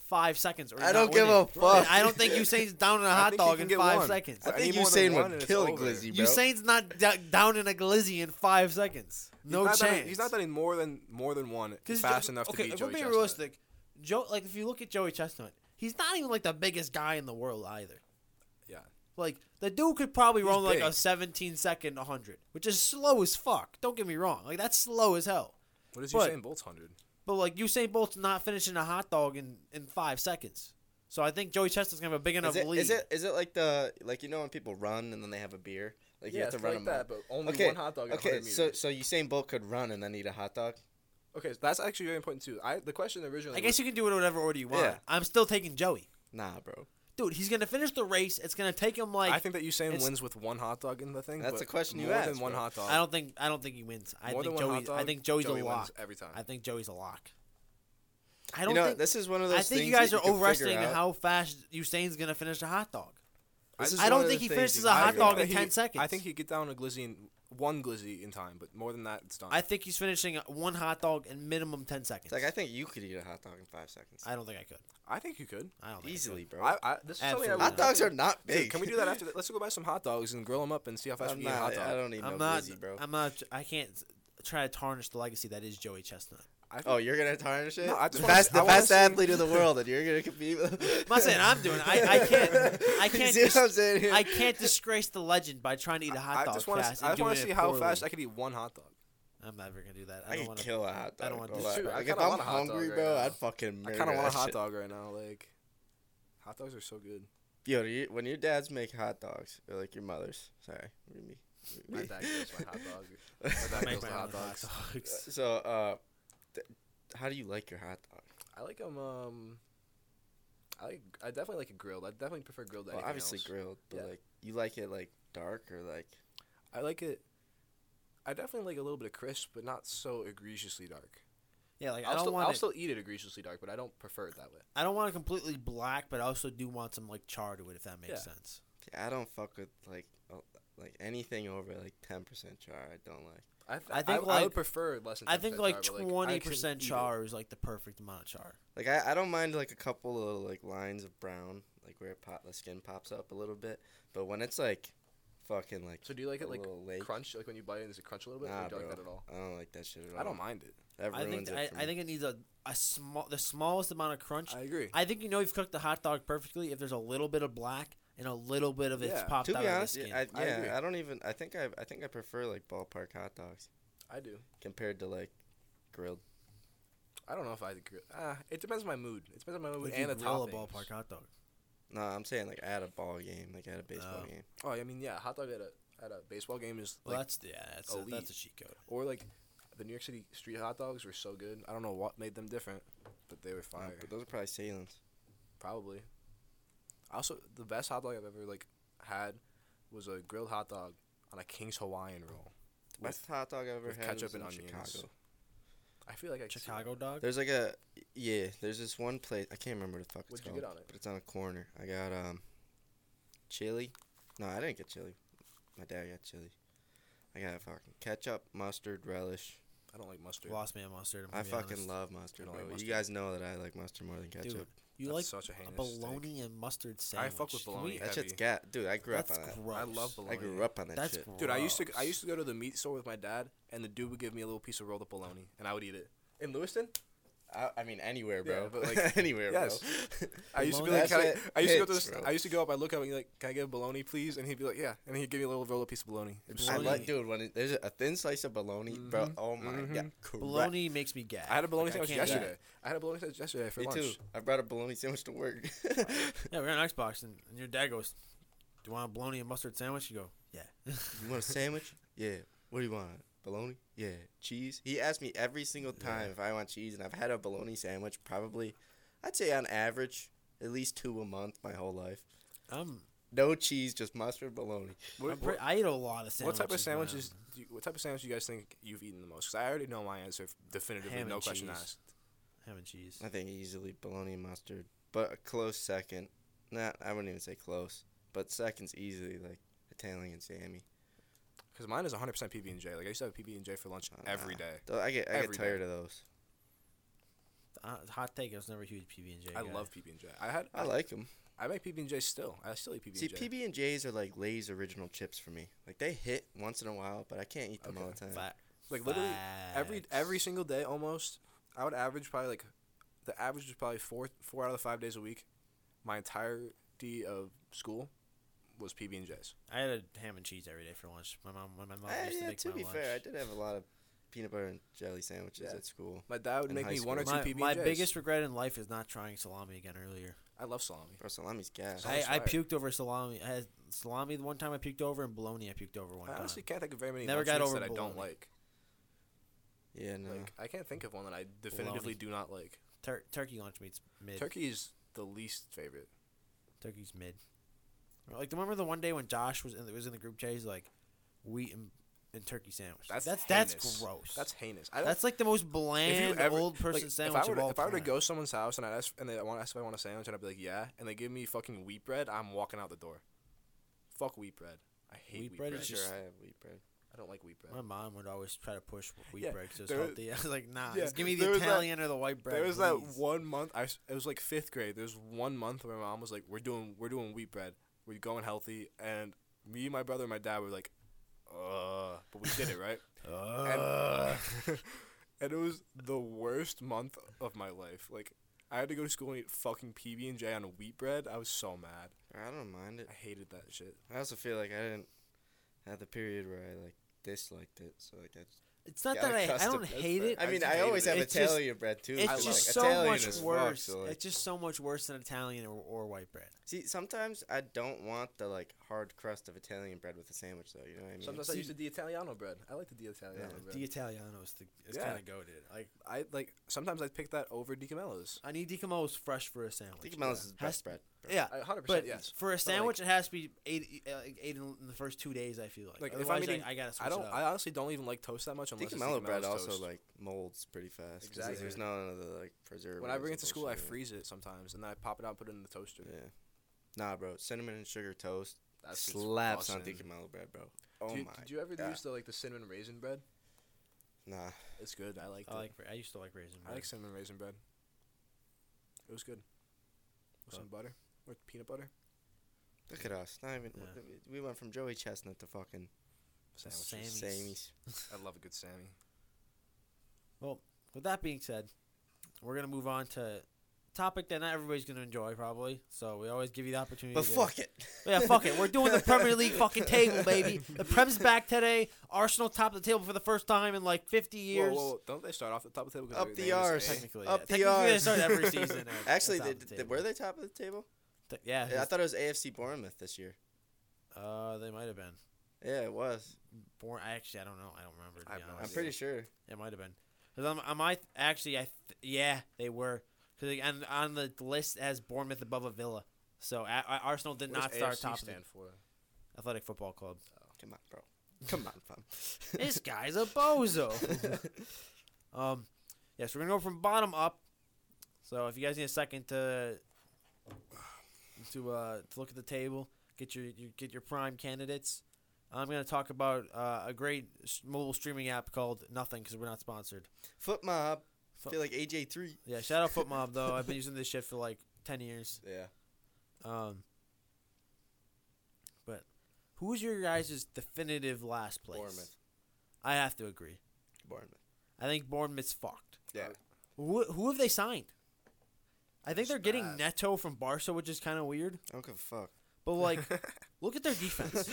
five seconds. Or he's not
I don't give
winning.
a fuck.
I don't think Usain's down in a hot
think he
dog
can
in
get
five
one.
seconds.
I
Any
think
more than
Usain
one
would
and it's
kill a
over.
glizzy, bro.
Usain's not d- down in a glizzy in five seconds. No
he's not
chance.
Done, he's not done more than more than one
Because
fast
Jo-
enough
okay,
to beat
if
Joey
we're being
Chestnut.
realistic, Joe, like if you look at Joey Chestnut, he's not even like the biggest guy in the world either.
Yeah.
Like the dude could probably
He's
run like a
big.
17 second 100, which is slow as fuck. Don't get me wrong, like that's slow as hell.
What is
But-
Usain Bolt's hundred?
But like Usain Bolt's not finishing a hot dog in in five seconds, so I think Joey Chestnut's gonna have a big enough
Is it,
lead.
is it is it like the like you know when people run and then they have a beer like you have to run them
that, but only
okay
one hot dog.
okay so so Usain Bolt could run and then eat a hot dog
okay, so that's actually very important too. I the question originally.
I guess you can do it in whatever order you want.
Yeah.
I'm still taking Joey,
nah bro
dude. He's gonna finish the race. It's gonna take him
was-
like
I think that Usain
it's-
wins with one hot dog in the thing.
That's
but
the question you
more
asked,
than one
bro.
hot dog.
I don't think I don't think he wins. I
More
think
than one
Joey.
hot
I
dog,
think Joey's
Joey
a
wins
lock
every time.
I think Joey's a lock. I
I
don't
don't you know
think.
this is one of those
I think you
things that
guys are
can figure
overestimating
out.
how fast Usain's gonna finish a hot dog.
This is
I
one
don't
of
think
the
he
things
finishes
you
a
can
hot
figure
dog
out.
in
he-
10 seconds.
I think he get down a glizzy in one glizzy in time, but more than that, it's done.
I think he's finishing one hot dog in minimum ten seconds.
It's like I think you could eat a hot dog in five seconds.
I don't think I could.
I think you could.
I don't think I
Easily, bro.
I, I, this is something
Absolutely.
I would-
hot dogs are not
Dude,
big.
can we do that after? That? Let's go buy some hot dogs and grill them up and see how fast
I'm
we can eat a
not,
hot
I
dog.
don't need
I'm
no
not.
glizzy, bro.
I'm not. I can't try to tarnish the legacy that is Joey Chestnut.
I think-
oh, you're gonna tarnish it?
No, I
the
just wanna-
best,
I
the
wanna
best
see-
athlete in the world, and you're gonna compete. with-
I'm not saying I'm doing. it. I, I can't. I
You
can't.
See what I'm
Dis-
saying? here?
I can't disgrace the legend by trying to eat a hot
I
dog
just wanna,
fast.
I
and
just
doing
want to
it
see how
poorly.
fast I could eat one hot dog.
I'm never gonna do that. I
I
don't
could
want to.
kill a hot
I
dog.
don't wanna
bro.
do
Like,
Shoot, I
like, if
kinda
I'm
want a hot
hungry,
dog right
bro,
now.
I'd fucking.
I
Murder
kind of want a
that
hot
shit.
dog right now. Like, hot dogs are so good.
Yo, do you, when your dads make hot dogs, or like your mothers, sorry, me.
My
me.
dad goes my hot dog. My dad
I
goes
make
my
my
hot
own hot
dogs.
dogs.
so, uh, th- how do you like your hot dog?
I like them. Um, I like. I definitely like it grilled. I definitely prefer grilled. to
Well,
anything
obviously
else.
grilled, but
Yeah.
like you like it like dark or like
I like it. I definitely like a little bit of crisp, but not so egregiously dark.
Yeah, like
I'll
I don't
still, I'll
want.
still eat it egregiously dark, but I don't prefer it that way.
I don't want it completely black, but I also do want some like char to it, if that makes
Yeah.
sense.
I don't fuck with like o- like anything over like ten percent char. I don't like.
I, th-
I
I,
think,
I
like-
would prefer less than.
I think
10%
like
char, but,
twenty
I can
percent
eat it.
char is like the perfect amount of char.
Like I, I don't mind like a couple of like lines of brown, like where it pop, the skin pops up a little bit. But when it's like, fucking like.
So do you like
a
it like
little lake.
crunch? Like when you bite it, does it crunch a little bit?
Nah,
or do you
bro.
like that at all?
I don't like that shit at all.
I don't mind it.
That
I think
ruins
I,
it. for
I
me.
think it needs a a small the smallest amount of crunch.
I
I,
agree.
think you know you've cooked the hot dog perfectly if there's a little bit of black and a little bit of it's
Yeah.
popped
To
out
be
of
honest,
the skin.
yeah, I,
I agree.
yeah, I, don't even. I think I, I think I prefer like ballpark hot dogs
I do.
compared to like grilled.
I don't know if I agree. Uh, it depends on my mood. It depends on my mood
Would you
and the
grill a
toppings.
ballpark hot dog.
No, I'm saying like at a ball game, like at a baseball
Oh.
game.
Oh, I mean, yeah, hot dog at a at a baseball game is
Well,
like,
that's yeah, that's a,
elite.
that's a cheat code.
or like the New York City street hot dogs were so good. I don't know what made them different, but they were
No,
fire.
but those are probably Salem's.
Probably. Also, the best hot dog I've ever like had was a grilled hot dog on a King's Hawaiian roll.
The best hot dog I've ever
with
had
ketchup
was
and
in
onions.
Chicago.
I feel like I could see
Chicago
that.
dog.
There's like a yeah. There's this one place I can't remember the fuck it's
What'd
called.
you get on it?
But it's on a corner. I got um, chili. No, I didn't get chili. My dad got chili. I got fucking ketchup, mustard, relish.
I don't like mustard.
Lost me on mustard. I'm
I
gonna be
fucking
honest.
love
I
mustard,
don't
bro.
like
You
mustard.
guys know that I like mustard more than ketchup.
Dude, you
That's
like
such a
a
heinous
bologna and mustard
I
sandwich.
fuck with
Can
bologna.
we-
that
heavy.
shit's gat, dude. I grew up
That's
on that.
gross.
I love bologna.
I grew up on that
That's
shit.
gross.
Dude, I used to I used to go to the meat store with my dad, and the dude would give me a little piece of rolled up bologna, and I would eat it. In Lewiston,
I, I mean, anywhere, bro.
Yeah,
but like anywhere,
Yes.
bro.
I used to be
Bologna?
like, can I,
That shit
I used to go to
hits,
this,
bro.
I used to go up. I look up and be like, can I get a bologna, please? And he'd be like, yeah, and he'd give me a little rolled up piece of bologna. It was so
I
Bologna.
good.
like, dude, when it, there's a thin slice of bologna, bro.
Mhm.
Oh my
Mhm.
god, correct.
Bologna makes me gag.
I had a bologna
Like, I
sandwich
can't do that.
yesterday. I had a bologna sandwich yesterday for
Me
lunch.
too. I brought a bologna sandwich to work.
Yeah, we're on Xbox, and, and your dad goes, "Do you want a bologna and mustard sandwich?" You go, "Yeah."
You want a sandwich? Yeah. What do you want? Bologna? Yeah. Cheese? He asked me every single time if I want cheese, and I've had a bologna sandwich probably, I'd say on average, at least two a month my whole life.
I'm,
No cheese, just mustard, bologna.
I'm pre- "Um, I eat a lot of sandwiches.
What type of
man.
sandwiches? Do you, what type of sandwich do you guys think you've eaten the most? 'Cause I already know my answer f- definitively,
Ham
no
and
question
cheese.
asked.
Ham and cheese.
I think easily bologna and mustard, but a close second. Not, I wouldn't even say close, but second's easily like Italian Sammy.
Because mine is 100% PB and J. Like I used to have PB and J for lunch
Oh,
Uh,
every day.
Though I get I
Every
get
day.
tired of those.
Uh, hot take. I was never a huge PB and J.
I love PB and J. I had
I like them.
I make PB and J still. I still eat PB
See,
and J.
PB and J's are like Lay's original chips for me. Like they hit once in a while, but I can't eat them all the
Okay.
time.
Fat.
Like literally every every single day almost. I would average probably like the average was probably four four out of the five days a week. My entirety of school was PB and J's.
I had a ham and cheese every day for lunch. My mom, when my mom
Eh,
used to
yeah,
make
to
my
be
lunch.
fair, I did have a lot of peanut butter and jelly sandwiches
Yeah.
at school.
My dad would
In
make
high
me one or two
school.
my,
PB
my
and J's.
biggest regret in life is not trying salami again earlier.
I love salami.
Bro, salami's gas.
Sounds
I, I
right.
puked over salami. I had salami the one time I puked over, and bologna I puked over one
I
time.
honestly can't think of very many
Never
lunch
got
meats
over
that I don't
bologna.
like.
yeah, no.
Like I can't think of one that I definitively do not like.
Tur- turkey lunch meat's mid.
Turkey is the least favorite.
Turkey's mid. Like remember the one day when Josh was in the, was in the group chat, he's like wheat and, and turkey sandwich.
That's
That's that's,
heinous.
gross.
That's heinous. I don't-
that's like the most
if you
bland
ever-
old person
like,
sandwich
If I were,
of
to-
all
if I were to
time.
go to someone's house and I ask and they want ask if I want a sandwich and I'd be like, yeah, and they give me fucking wheat bread, I'm walking out the door. Fuck wheat bread. I hate
Wheat
wheat,
bread
bread.
is
Pretty
just-
sure I have wheat bread.
I don't like wheat bread.
My mom would always try to push wheat
Yeah,
bread because it
there-
was healthy. I was like, nah,
Yeah,
just give me the
there was that-
Italian or the white bread.
there was
please.
that one month. I s- it was like fifth grade. There was one month where my mom was like, "We're doing we're doing wheat bread. We're going healthy." And me, my brother, and my dad were like, "Uh," but we did it right.
Ugh.
And, and it was the worst month of my life. Like I had to go to school and eat fucking PB and J on wheat bread. I was so mad.
I don't mind it.
I hated that shit.
I also feel like I didn't have the period where I like disliked it, so like I. Just,
it's not
got
that I, I
accustomed
don't
to it,
hate
but-
it.
I mean,
I
I
hated
always
it.
have
It's just-
Italian bread too.
It's
but,
like,
just so
Italian
much
is fuck,
worse.
so, like-
it's just so much worse than Italian or, or white bread.
See, sometimes I don't want the like hard crust of Italian bread with a sandwich, though. You know what I mean?
Sometimes I used to the Italiano bread. I like the D Italiano bread.
The Italiano is, the, is
Yeah.
kind of goaded. Like
I like sometimes I pick that over DiCamello's.
I need DiCamo's fresh for a sandwich.
I think Mel's is the
Has-
best bread.
Yeah,
I- 100%,
but
yes.
for a
like-
sandwich, it has to be eight, uh, like eight in the first two days. I feel like,
Like, if I'm
otherwise,
eating-
like, I gotta switch
I don't.
it up.
I honestly don't even like toast that much
I
unless
think
it's
mellow
DiCamello's
bread also
toast.
like molds pretty fast. 'cause,
Exactly.
Like, there's none of the like preservatives.
When I bring it to
and
school, I
bullshit.
freeze it sometimes, and then I pop it out and put it in the toaster.
Yeah. Nah, bro. Cinnamon and sugar toast
That shit's
slaps on
bussin'.
Deacon Mellow bread, bro. Oh
Do you-
my.
Did you ever
God.
use the like the cinnamon raisin bread?
Nah.
It's good. I liked
I
it.
like. I used to like raisin
I
bread.
like cinnamon raisin bread. It was good. With
But-
some butter, with peanut butter.
Look at us. Not even.
Yeah.
We went from Joey Chestnut to fucking
Sammy.
Sandwiches.
Sammy's.
Sammy's.
I love a good Sammy.
With that being said, we're gonna move on to topic that not everybody's gonna enjoy probably. So we always give you the opportunity.
But
to-
fuck it.
Yeah, fuck it. We're doing the Premier League fucking table, baby. The Prem's back today. Arsenal top of the table for the first time in like 50
Whoa,
years.
whoa, whoa, don't they start off the top of the table? 'cause their
Up the
name is
R's.
A?
Technically,
Up
yeah.
the
Technically, they
yards.
start every season. at-
Actually,
at
they,
top of the
they-
table.
were they top of the table?
Th- Yeah,
Yeah, I thought it was AFC Bournemouth this year.
uh, they might have been.
Yeah, it was.
Born, I actually, I don't know. I don't remember. To
I
be
have no
honest.
I'm
idea.
pretty sure.
It might have been. Cause I'm, I might actually, I th- yeah, they were. Cause they- and on the list as Bournemouth above a Villa. So a- a- Arsenal did
What does
not start
AFC
top of
stand for.
the Athletic Football Club.
Come on, bro. Come on, fam.
this guy's a bozo. um, yes, we're gonna go from bottom up. So if you guys need a second to to uh, to look at the table, get your, your get your prime candidates. I'm gonna talk about uh, a great s- mobile streaming app called Nothing because we're not sponsored.
Foot mob.
Fo-
feel like AJ three.
Yeah, shout out FootMob though. I've been using this shit for like ten years.
Yeah.
Um, but who's your guys' definitive last place?
Bournemouth.
I have to agree.
Bournemouth.
I think Bournemouth's fucked.
Yeah.
Who who have they signed? I think
It's
they're getting
bad.
Neto from Barca, which is kind of weird.
I don't give a fuck.
But like, look at their defense.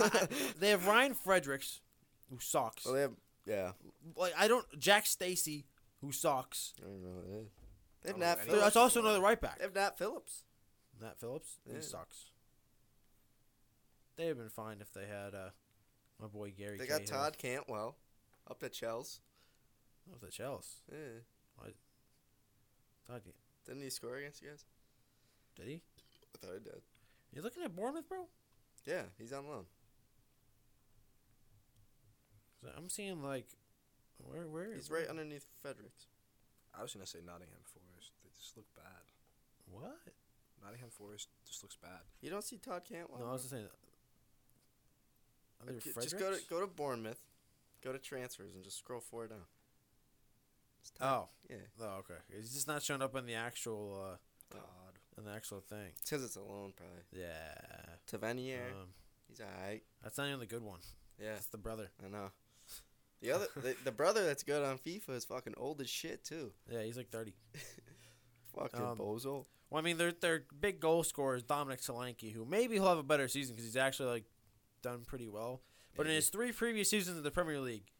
I- I- they have Ryan Fredericks, who sucks.
Well, they have. Yeah.
Like I don't Jack Stacy, who sucks.
I don't even know what that is. They have
I don't know
Nat
any
Phillips.
That's also another right back.
They have Nat Phillips.
Nat Phillips,
Yeah.
he sucks. They have been fine if they had uh, my boy Gary.
They got
Cahill.
Todd Cantwell up at Chels.
Oh, the Chels.
Yeah.
Todd,
Didn't he score against you guys?
did he?
I thought he did.
You looking at Bournemouth, bro?
Yeah, he's on loan.
'Cause I'm seeing like, where where
He's right underneath Fredericks.
I was gonna say Nottingham Forest. They just look bad.
What?
Nottingham Forest just looks bad.
You don't see Todd Cantwell?
No, I was just saying. Are they
Ju- Just go to
Fredericks?
go to Bournemouth, go to transfers, and just scroll four down. It's Todd-
Oh,
yeah.
oh, okay. It's just not showing up on the actual
Oh.
God.
uh, on the actual thing.
It's because it's a loan, probably.
Yeah.
Tavernier,
Um,
he's alright.
that's not even the good one.
Yeah,
That's the brother.
I know. The other, the, the brother that's good on FIFA is fucking old as shit too.
Yeah, he's like thirty.
Fucking
Um,
bozo.
Well, I mean, their their big goal scorer is Dominic Solanke, who maybe he'll have a better season because he's actually like done pretty well. But in
Maybe.
his three previous seasons in the Premier League,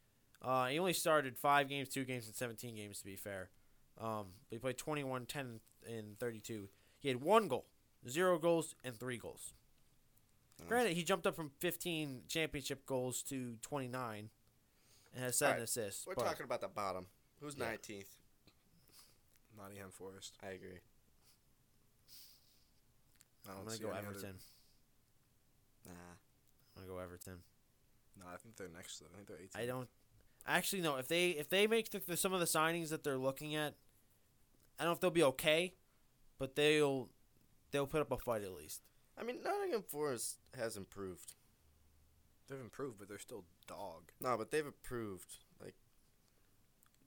uh, he only started five games, two games, and seventeen games. To be fair, um, but he played 21, 10, and thirty-two. He had one goal, zero goals, and three goals.
Nice.
Granted, he jumped up from fifteen championship goals to twenty-nine, and has seven
Alright,
assists.
We're
but-
talking about the bottom. Who's
Yeah.
nineteenth?
Nottingham Forest.
I agree.
I
I'm
don't
gonna
see
go
any other-
Everton.
Nah.
I'm gonna go Everton.
No, I think they're next though. I think they're 18.
I don't actually no. If they if they make the, the, some of the signings that they're looking at, I don't know if they'll be okay, but they'll they'll put up a fight at least.
I mean, Nottingham Forest has improved
They've improved, but they're still dog.
No, but they've approved. Like,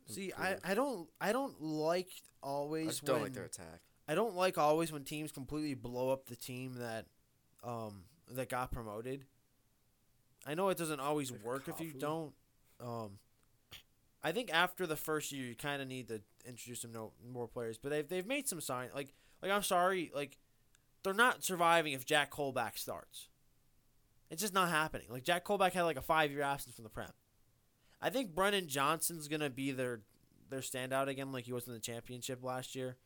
See, I,
improved.
I don't I don't like
I
always
just don't like
when-
their attack.
I don't like always when teams completely blow up the team that um that got promoted. I know it doesn't always
Like
work if you
Kafu?
don't. Um, I think after the first year, you kind of need to introduce some no, more players. But they've they've made some sign like like I'm sorry like they're not surviving if Jack Colback starts. It's just not happening. Like Jack Colback had like a five year absence from the prem. I think Brennan Johnson's gonna be their their standout again, like he was in the championship last year.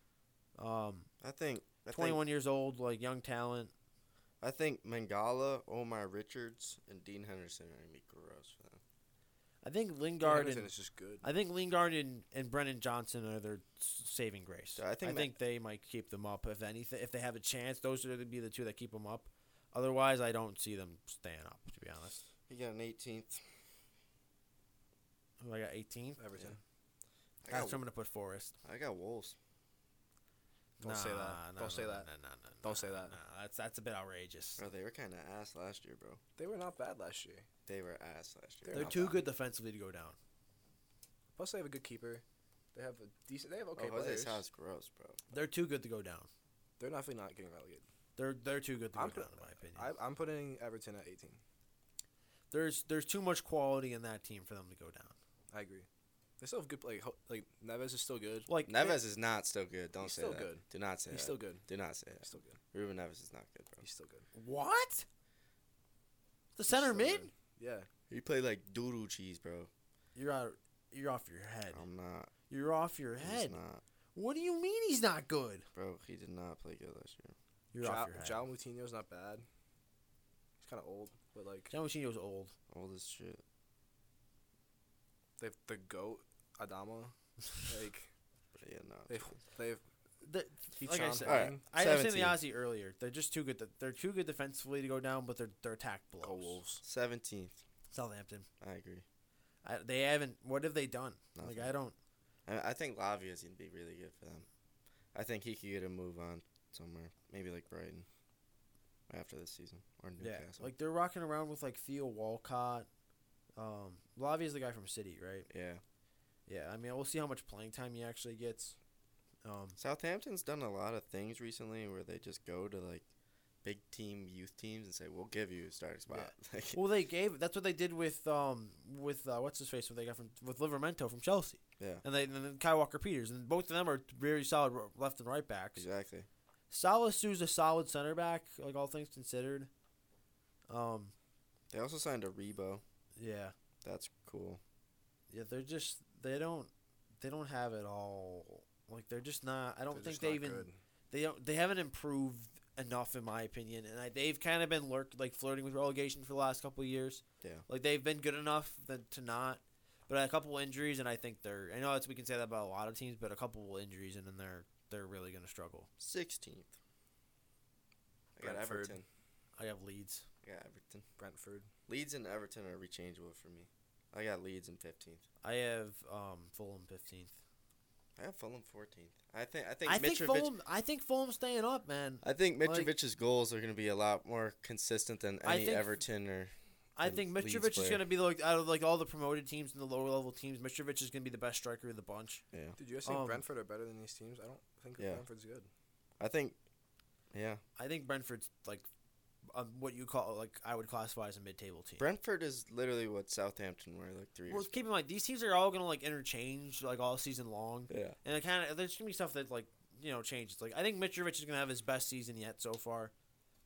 Um,
I think I think
21 years old, like young talent.
I think Mangala, Omar Richards, and Dean Henderson are gonna be gross for them.
I think
Dean
Lingard
Henderson
and
is just good.
I think Lingard and, and Brennan Johnson are their s- saving grace.
So I
I
think
think,
Ma-
they might keep them up if anything. If they have a chance, those are going to be the two that keep them up. Otherwise, I don't see them staying up. To be honest,
You got an 18th.
Who I got 18.
Everton.
I
That's
got,
what I'm going to put Forest.
I got Wolves.
Don't say that. Don't say that.
No, no, no,
Don't
no,
say that.
no, that's that's a bit outrageous.
Bro, they were kind of ass last year, bro.
They were not bad last year.
They were ass last year.
They're
They're
not
too
bad.
good defensively to go down.
Plus, they have a good keeper. They have a decent. They have okay
oh, Jose
players.
Sal's gross, bro.
They're too good to go down.
They're definitely not getting relegated.
They're they're too good to go
I'm
down
put-
in my opinion.
I, I'm putting Everton at 18.
there's there's too much quality in that team for them to go down.
I agree. They still have good play. Ho- Like Neves is still good.
Like
Neves is not still good.
Eh.
Don't
He's
say
still
that.
good.
Do not say
He's
that.
still good.
Do not say
He's
that.
still good.
Ruben Neves is not good, bro.
He's still good. He's
What? The center
still
mid?
good. Yeah.
He played like doodoo cheese, bro.
You're out. You're off your head.
I'm not.
You're off your
Um, He's
head.
not,
What do you mean he's not good?
bro. He did not play good last year.
You're
Jao-
off your head.
Jao Moutinho's not bad. He's kind of old, but like
John Machino's old.
Old as shit.
they've the goat Adama. Like
But yeah, no.
they've they've
The- like I
He's
said,
All right,
I, I said the
17.
Aussie earlier. They're just too good. they're too good defensively to go down, but their their attack blows.
go Wolves.
17th.
Southampton.
I agree.
I, they haven't. What have they done?
Nothing.
Like I don't.
I, I think Lavia is gonna be really good for them. I think he could get a move on somewhere, maybe like Brighton after this season or
Yeah.
Newcastle.
Like they're rocking around with like Theo Walcott. Um, Lavia's the guy from City, right?
yeah.
Yeah. I mean, we'll see how much playing time he actually gets. Um,
Southampton's done a lot of things recently where they just go to like big team youth teams and say, "We'll give you a starting spot." Like,
Well, they gave. That's what they did with um with uh, what's his face. What they got from with Livermento from Chelsea,
yeah,
and they and then Kai Walker Peters, and both of them are very solid ro- left and right backs.
exactly.
Salasu's a solid center back, like all things considered. Um,
They also signed a Rebo.
yeah,
That's cool.
yeah, they're just they don't they don't have it all. Like they're just not. I don't think
They're just
they
not
even
good.
they don't they haven't improved enough in my opinion, and I, they've kind of been lurk like flirting with relegation for the last couple of years.
Yeah.
like they've been good enough that, to not, but a couple injuries, and I think they're. I know that's we can say that about a lot of teams, but a couple injuries, and then they're they're really gonna struggle.
16th. I got
Brentford.
Everton.
I have Leeds.
I got Everton.
Brentford.
Leeds and Everton are rechangeable for me. I got Leeds in 15th.
I have um Fulham fifteenth.
I have Fulham 14th. I think I think
I think
Mitrovic
Fulham. I think Fulham staying up, man.
I think
Like-
Mitrovic's goals are going to be a lot more consistent than
I
any
think-
Everton or
I
And
think
Leeds
Mitrovic is
player.
gonna be like out of like all the promoted teams and the lower level teams. Mitrovic is gonna be the best striker of the bunch.
yeah.
Dude, you guys think
Um,
Brentford are better than these teams? I don't think
Yeah.
Brentford's good.
I think yeah.
I think Brentford's like um, what you call like I would classify as a mid table team.
Brentford is literally what Southampton were like 3
well,
years.
keep in mind these teams are all gonna like interchange like all season long.
Yeah.
And it kind of there's gonna be stuff that like you know changes. Like I think Mitrovic is gonna have his best season yet so far.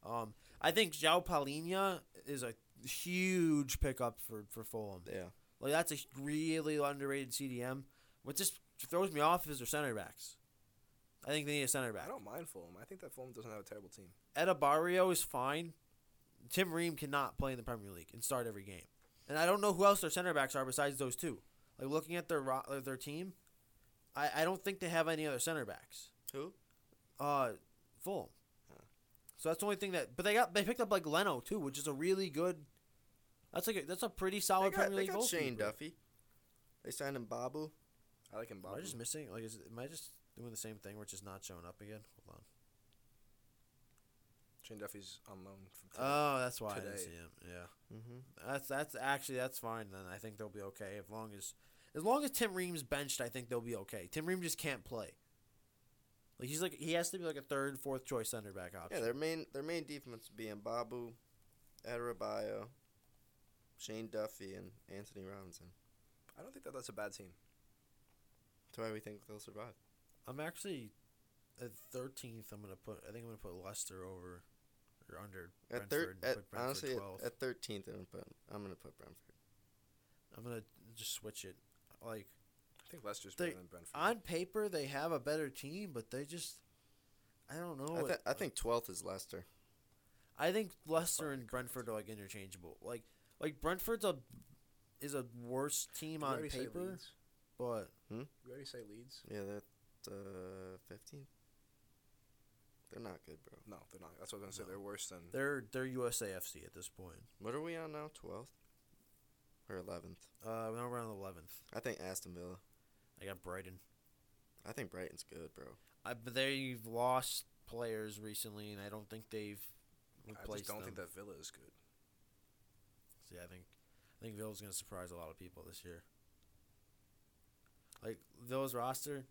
Um, I think Jao Palinha is a huge pickup for for Fulham.
Yeah.
Like that's a really underrated CDM. What just throws me off is their center backs. I think they need a center
I
back.
don't mind Fulham. I think that Fulham doesn't have a terrible team.
Eda Barrio is fine. Tim Ream cannot play in the Premier League and start every game. And I don't know who else their center backs are besides those two. Like looking at their ro- uh, their team, I, I don't think they have any other center backs.
Who?
uh Fulham.
Huh.
So that's the only thing that. But they got they picked up like Leno too, which is a really good. That's like a, that's a pretty
They
solid
got,
Premier
they
League
got
goalkeeper.
Shane Duffy. They signed him Babu.
I like
Am I
Mbappe.
just missing? Like, is, am I just doing the same thing, which is not showing up again? Hold on.
Shane Duffy's on loan from today.
Oh, that's why I didn't
today.
see him. Yeah,
Mm-hmm.
that's that's actually that's fine. Then I think they'll be okay as long as as long as Tim Ream's benched. I think they'll be okay. Tim Ream just can't play. Like he's like he has to be like a third, fourth choice center back option.
Yeah, their main their main defense being Babu, Adarabio, Shane Duffy, and Anthony Robinson.
I don't think that that's a bad team.
That's why we think they'll survive.
I'm actually at thirteenth. I'm gonna put. I think I'm gonna put Leicester over or under
At thir-
Brentford. and
at,
put Brentford
honestly, at-
12th.
at thirteenth, I'm gonna put I'm gonna put Brentford.
I'm gonna just switch it. Like
I think Leicester's
They-
better than Brentford.
on paper, they have a better team, but they just. I don't
Oh,
know.
I,
what-
th- I think twelfth is Leicester.
I think Leicester and Brentford are like interchangeable. Like like Brentford's a is a worse
Did
team
we
on
already say
paper,
Leeds?
but
Did We already say Leeds.
Yeah, they're uh, fifteenth. They're not good, bro.
No, they're not. That's what I was gonna
No.
say. They're worse than.
they're they're USAFC at this point.
What are we on now? Twelfth or eleventh?
Uh, now we're on eleventh.
I think Aston Villa.
I got Brighton.
I think Brighton's good, bro.
I, but they've lost players recently, and I don't think they've
I
replaced
just don't
them.
think that Villa is good.
See, I think I think Villa's gonna surprise a lot of people this year. Like Villa's roster,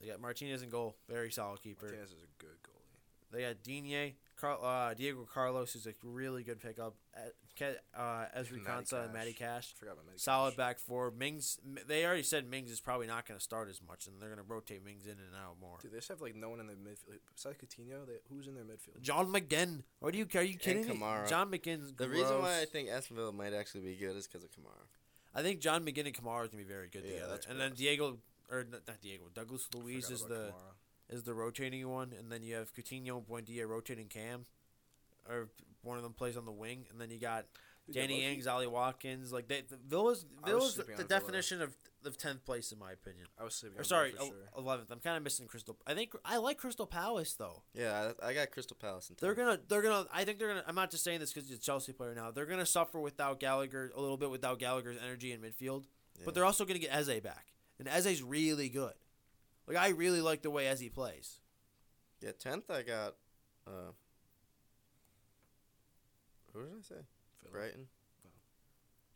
they got Martinez in goal, very solid keeper.
Martinez is a good goalie.
They got Digne, Car- uh, Diego Carlos, who's a really good pickup. Uh, Ke- uh, Ezri
Matty
Konsa and Matty Cash.
I forgot about Matty
Solid
Cash.
back four. Mings. M- They already said Mings is probably not going to start as much, and they're going to rotate Mings in and out more.
Dude, they just have like no one in their midfield. Besides Coutinho, they, who's in their midfield?
John McGinn. What are you? Are you kidding me?
Kamara.
John McGinn's
The reason why I
gross.
think Aston Villa might actually be good is because of Kamara.
I think John McGinn and Kamara is going to be very good
Yeah,
together.
that's
And then
gross.
Diego, or not not Diego, Douglas
I
Louise
forgot
is the
about Kamara.
is the rotating one, and then you have Coutinho, Buendia rotating Cam, or one of them plays on the wing, and then you got
Dude, yeah,
Danny
low-key,
Ings, Ali Watkins, like they, the Villa's
I was
Villa's the,
sleeping
the
on Villa.
definition of of tenth place in my opinion.
I was sleeping.
Or
on
sorry, oh,
Villa for sure.
eleventh. I'm kind of missing Crystal. I think I like Crystal Palace though.
Yeah, I, I got Crystal Palace. In
They're
10th.
gonna they're gonna. I think they're gonna. I'm not just saying this because he's a Chelsea player now. They're gonna suffer without Gallagher a little bit without Gallagher's energy in midfield,
Yeah.
but they're also gonna get Eze back, and Eze's really good. Like I really like the way Eze plays.
Yeah, tenth I got. Uh, who did I say?
Villa.
Brighton.
Wow.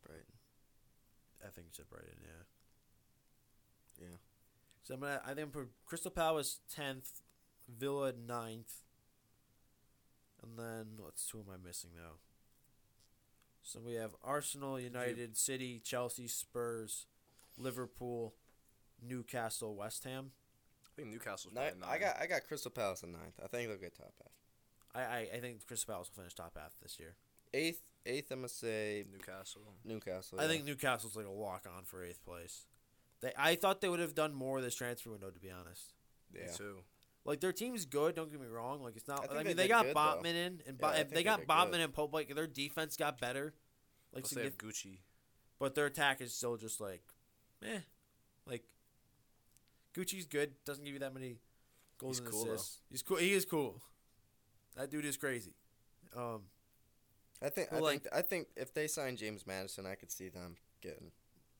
Brighton.
I think you said Brighton, yeah.
Yeah.
So I'm gonna I think for Crystal Palace tenth, Villa ninth, and then what's who am I missing now? So we have Arsenal, United, City, Chelsea, Spurs, Liverpool, Newcastle, West Ham.
I think Newcastle's
Ni-
probably nine.
I got I got Crystal Palace in ninth. I think they'll get top half.
I, I, I think Crystal Palace will finish top half this year.
Eighth, eighth. I'm gonna say
Newcastle.
Newcastle.
I
yeah.
think Newcastle's like a walk on for eighth place. They I thought they would have done more this transfer window to be honest.
Me
Yeah.
too.
Like their team's good. Don't get me wrong. Like it's
I
not.
think
I,
they
mean, they
did
got
good,
Botman
though.
in, and
Yeah,
Bo-
I
and
think
they
they
got
did
Botman
good.
and Pope. Like their defense got better. Like
Plus they have
signif-
Gucci.
but their attack is still just like, eh, like. Gucci's good. Doesn't give you that many goals
He's
and
cool, though.
assists. He's cool. He is cool. That dude is crazy. Um,
I think. I
Well,
think. I think if they sign James Madison, I could see them getting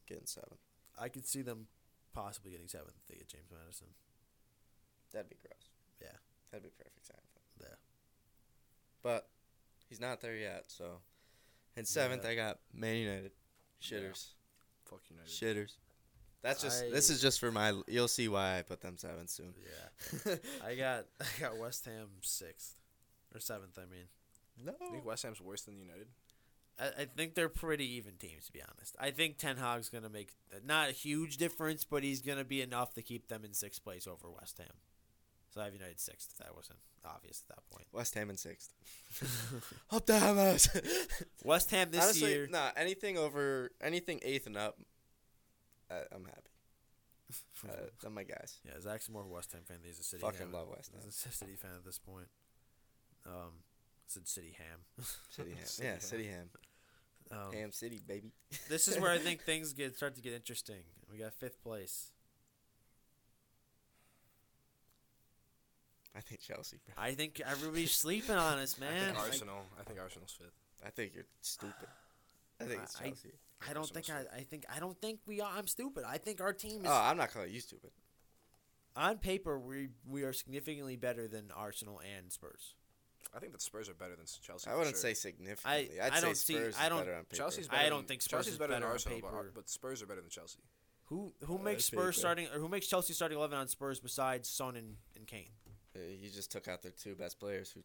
getting seventh.
I could see them possibly getting seventh if they get James Madison.
That'd be gross.
Yeah.
That'd be perfect sign for them.
Yeah.
But he's not there yet. So, and seventh I got Man United. Shitters.
Fuck United.
Shitters. That's just. this
I-
is just for my. You'll see why I put them seventh soon.
Yeah, I got I got West Ham sixth or seventh. I mean.
no.
I think West Ham's worse than United.
I, I think they're pretty even teams, to be honest. I think Ten Hag's going to make not a huge difference, but he's going to be enough to keep them in sixth place over West Ham. So I have United sixth. If that wasn't obvious at that point.
West Ham in sixth. Up the Hammers.
West Ham this
Honestly,
year.
nah. Anything over anything eighth and up, I, I'm happy. Uh, they're my guys.
yeah, Zach's more of a West Ham fan than he's a City.
Fucking
fan.
love West
He's
Ham.
a City fan at this point. Um, I said City Ham.
City Ham.
City
Yeah,
Ham.
City Ham.
Um,
Ham City, baby.
This is where I think things get start to get interesting. We got fifth place.
I think Chelsea, bro.
I think everybody's sleeping on us,
I
man.
think
I-
Arsenal. I think Arsenal's fifth.
I think you're stupid. I think it's
I- I-
Chelsea.
I don't think I, I think I don't think we are. I'm stupid. I think our team is
oh, I'm not calling you stupid.
on paper we we are significantly better than Arsenal and Spurs.
I think that Spurs are better than Chelsea.
I
for
wouldn't
sure.
say significantly. I'd
I
say
don't see-
Spurs
I
is
don't-
better on paper.
Chelsea's.
I
Better
don't
than-
think Spurs
Chelsea's
is
better,
better
than
on
Arsenal, but,
paper.
Ar- but Spurs are better than Chelsea.
Who who
Yeah,
makes
that's
Spurs
pretty fair.
starting or who makes Chelsea starting eleven on Spurs besides Son and, and Kane?
Uh, you just took out their two best players. Who,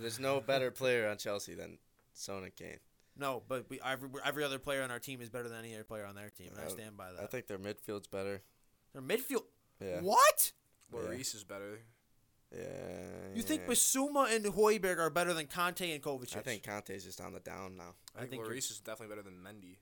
there's no better player on Chelsea than Son and Kane.
No, but we every every other player on our team is better than any other player on their team, and I,
I-
stand by that.
Uh, I think their midfield's better.
Their midfield.
Yeah.
What?
Yeah.
Lloris is better.
Yeah.
You think
yeah.
Basuma and Hoiberg are better than Conte and Kovacic?
I think Conte's just on the down now.
I
I, think,
think you're-
Lloris is definitely better than Mendy.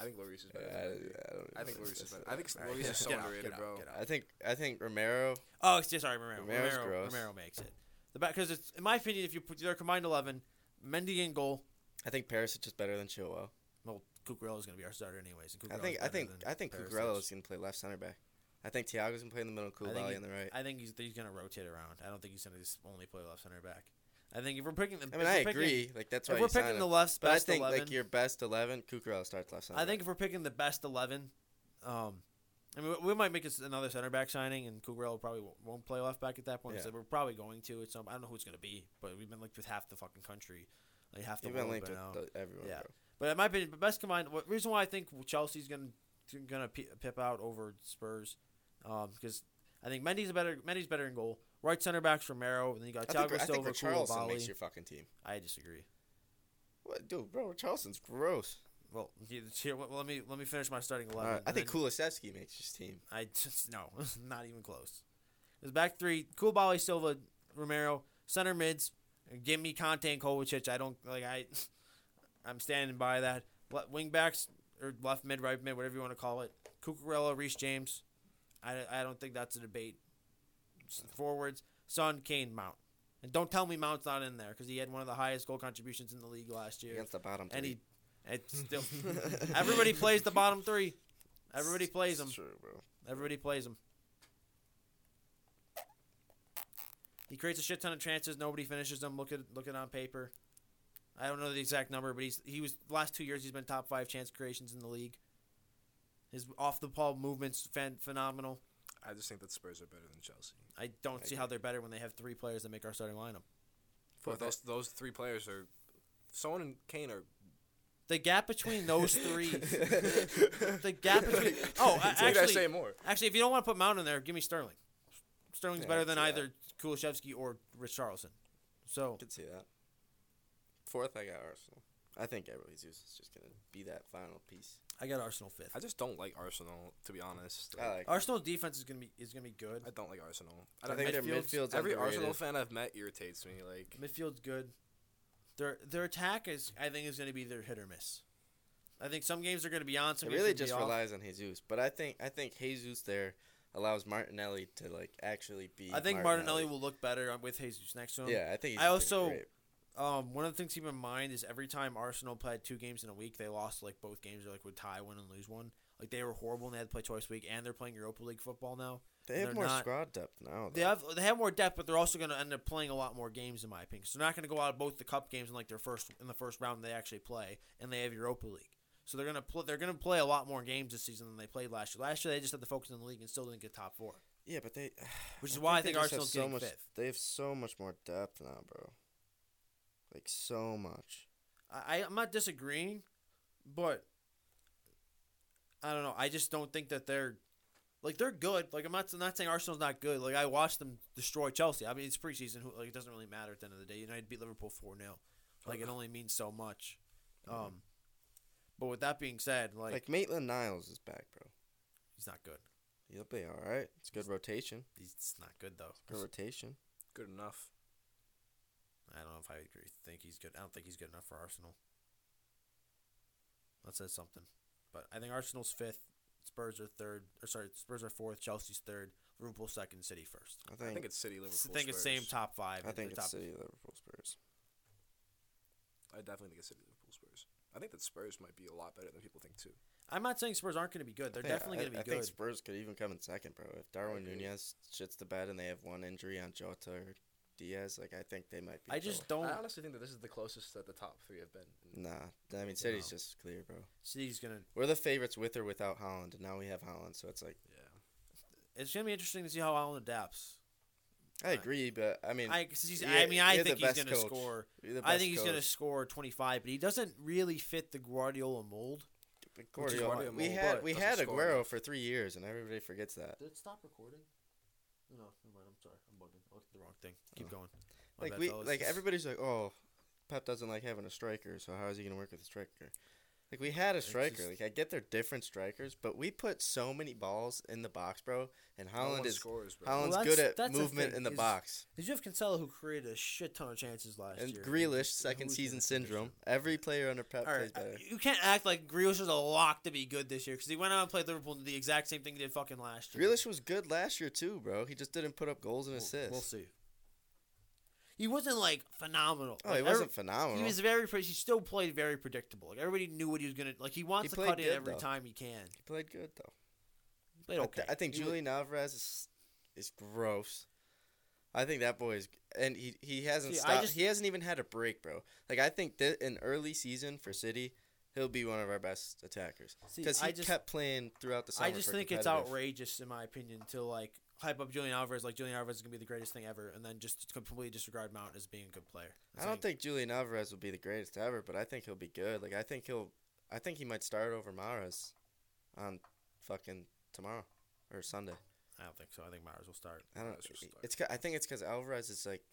I think Lloris is
Yeah,
better.
I,
than Mendy.
I don't
I think
even
Lloris is
that's-
better. I think
Alright.
Lloris is so
Get out,
underrated,
get out,
bro.
get out.
I think I think Romero.
Oh, it's just sorry, Romero.
Romero's
Romero,
gross.
Romero makes it. The back because it's in my opinion, if you put their combined eleven, Mendy in goal.
I think Perisic is better than Chilwell.
Well, Cucurella is going to be our starter anyways. And
I
Cucurella's
think I
better
think
than
I think
Perisic.
Cucurella is gonna play left center back. I think Thiago's gonna play in the middle.
think
Koulibaly
he-
on the right.
I think he's, he's going to rotate around. I don't think he's going to just only play left center back. I think if we're picking,
I mean, I agree. Like that's why
if
you
we're
sign
picking
him.
the left
But I
best
think
11,
like your best eleven, Cucurella starts left center.
I think if we're picking the best eleven, um, I mean, we- we might make us another center back signing, and Cucurella probably won't- won't play left back at that point.
Yeah.
So we're probably going to. It's some, I don't know who it's going to be, but we've been linked with half the fucking country, like half the
You've
world
been linked
by
with
now.
the, everyone.
Yeah.
bro.
But in my opinion, the best combined what, reason why I think Chelsea's gonna gonna pi- pip out over Spurs, um, because I think Mendy's a better Mendy's better in goal. Right center backs Romero, and then you got
I think,
Thiago
I think
Silva,
Richarlison makes
Koulibaly.
your fucking team.
I disagree.
What, dude, bro? Richarlison's gross.
Well, here, here, well, let me let me finish my starting
All
eleven.
right. Uh, I
and
think
then-
Kulisevsky makes his team.
I just no, not even close. It's back three: Koulibaly, Silva, Romero, center mids. and Give me Conte and Kovacic. I don't like I. I'm standing by that. Le- wing backs or left mid, right mid, whatever you want to call it. Cucurella, Reese James. I, I don't think that's a debate. S- Forwards: Son, Kane, Mount. And don't tell me Mount's not in there because he had one of the highest goal contributions in the league last year.
Against the bottom
And
three.
he, it's still everybody plays the bottom three. Everybody plays
It's
them.
True, bro.
Everybody plays him. He creates a shit ton of chances. Nobody finishes them. Look at look at it on paper. I don't know the exact number, but he's he was last two years he's been top five chance creations in the league. His off the ball movements fan, phenomenal.
I just think that Spurs are better than Chelsea.
I don't
I
see how they're better when they have three players that make our starting lineup.
But
that-
those those three players are. Son and Kane are.
The gap between those three, the gap between oh, I,
Did I
actually,
say more?
Actually, if you don't want to put Mount in there, give me Sterling. Sterling's
Yeah,
better
I'd
than
say that.
either Kulishevsky or Rich Charlson. So
I could see that. Fourth, I got Arsenal. I think everybody's is just gonna be that final piece.
I got Arsenal fifth.
I just don't like Arsenal, to be honest.
I like.
Arsenal's defense is gonna be is gonna be good.
I don't like Arsenal. I
I
don't
think their
midfield's-
midfield's
Every
underrated.
Arsenal fan I've met irritates me. Like
Midfield's good. Their their attack is I think is gonna be their hit or miss. I think some games are gonna be on. Some
It
games
really
are gonna
just
be off.
relies on Jesus, but I think I think Jesus there allows Martinelli to like actually be.
I think Martinelli will look better um, with Jesus next to him.
Yeah, I think. He's
I
been
also-
great.
Um, one of the things to keep in mind is every time Arsenal played two games in a week, they lost like both games or like would tie one and lose one. Like they were horrible and they had to play twice a week, and they're playing Europa League football now.
they have
they're
more
not-
squad depth now.
They
though.
have they have more depth, but they're also going to end up playing a lot more games, in my opinion. So they're not going to go out of both the cup games in like their first in the first round they actually play, and they have Europa League. So they're going to pl- they're going to play a lot more games this season than they played last year. Last year they just had the focus on the league and still didn't get top four,
yeah, but they.
which is why I think,
they just have
Arsenal's getting
much,
fifth.
They have so much more depth now, bro. Like so much.
I, I- I'm not disagreeing, but I don't know. I just don't think that they're like they're good. Like I'm not I'm not saying Arsenal's not good. Like I watched them destroy Chelsea. I mean it's preseason. Who like it doesn't really matter at the end of the day. United beat Liverpool four 0 Like it only means so much. Um, but with that being said, like,
Like, Maitland Niles is back, bro.
he's not good.
He'll be all right. It's good rotation.
He's not good though.
Good rotation.
good enough.
I don't know if I agree. Think he's good. I don't think he's good enough for Arsenal. That says something. But I think Arsenal's fifth, Spurs are third, or sorry, Spurs are fourth, Chelsea's third, Liverpool second, City first.
I
I
think.
think it's City Liverpool.
I think it's
Spurs.
same top five.
I think
the
it's
top,
City, Liverpool, Spurs.
I definitely think it's City Liverpool Spurs. I think that Spurs might be a lot better than people think too.
I'm not saying Spurs aren't going to be good. They're
Yeah,
definitely
I-
going to be
I
good.
think Spurs could even come in second, bro. If Darwin
agree.
Nunez shits the bed and they have one injury on Jota or Diaz, like I think they might be.
I just
trouble.
don't.
I honestly think that this is the closest that the top three have been.
Nah, I mean City's just clear, bro.
City's going to.
We're the favorites with or without Holland, and now we have Holland, so it's like
Yeah.
It's going to be interesting to see how Allen adapts.
I agree, but I mean,
I, 'cause he's,
Yeah,
I mean, I
you're
think
the
he's
best
gonna
coach.
score.
you're the
I
best
think he's
coach.
gonna score 25, but he doesn't really fit the Guardiola mold.
Which is
Guardiola.
why I'm
We
all
had
but
we
doesn't
had
score.
Aguero for three years, and everybody forgets that.
Did it stop recording? No, never mind. I'm sorry. I'm bugging. I looked at the wrong thing. Keep
Oh.
going. My
Like
bad,
we
fellas.
like everybody's like, oh, Pep doesn't like having a striker, so how is he gonna work with a striker? Like we had a
It's
striker.
just-
like I get they're different strikers, but we put so many balls in the box, bro. And
No
Holland
one
is
scores, bro.
Holland's
that's-
good at
that's the
movement
thing,
in the
is
box.
Did you have Cancelo who created a shit ton of chances last
And
year?
Grealish,
Who
second
was
season
gonna-
syndrome. Every player under Pep
All
plays
right, uh,
better.
you can't act like Grealish was a lock to be good this year because he went out and played Liverpool and did the exact same thing he did fucking last year.
Grealish was good last year too, bro. He just didn't put up goals and
We'll-
assists.
We'll see. He wasn't like phenomenal.
Oh,
Like,
he
every-
wasn't phenomenal.
He was very. pre- He still played very predictable. Like everybody knew what he was gonna. Like he wants
He
to
played
cut in
good,
every
though.
time he can.
He played good though.
He played
I
okay.
th- I, think
He was-
Julian Alvarez is is gross. I think that boy is, and he he hasn't
See, I
stopped.
just-
he hasn't even had a break, bro. Like I think that in early season for City, he'll be one of our best attackers
See,
because he
I just-
kept playing throughout the summer.
I just
for
think it's
competitive.
outrageous, in my opinion, to like hype up Julian Alvarez like Julian Alvarez is gonna be the greatest thing ever, and then just completely disregard Mount as being a good player.
I don't think Julian Alvarez will be the greatest ever, but I think he'll be good. Like I think he'll, I think he might start over Mares, on fucking tomorrow or Sunday.
I don't think so. I think Myers will start.
I don't.
Mahrez will start.
It's 'ca- I think it's because Alvarez is like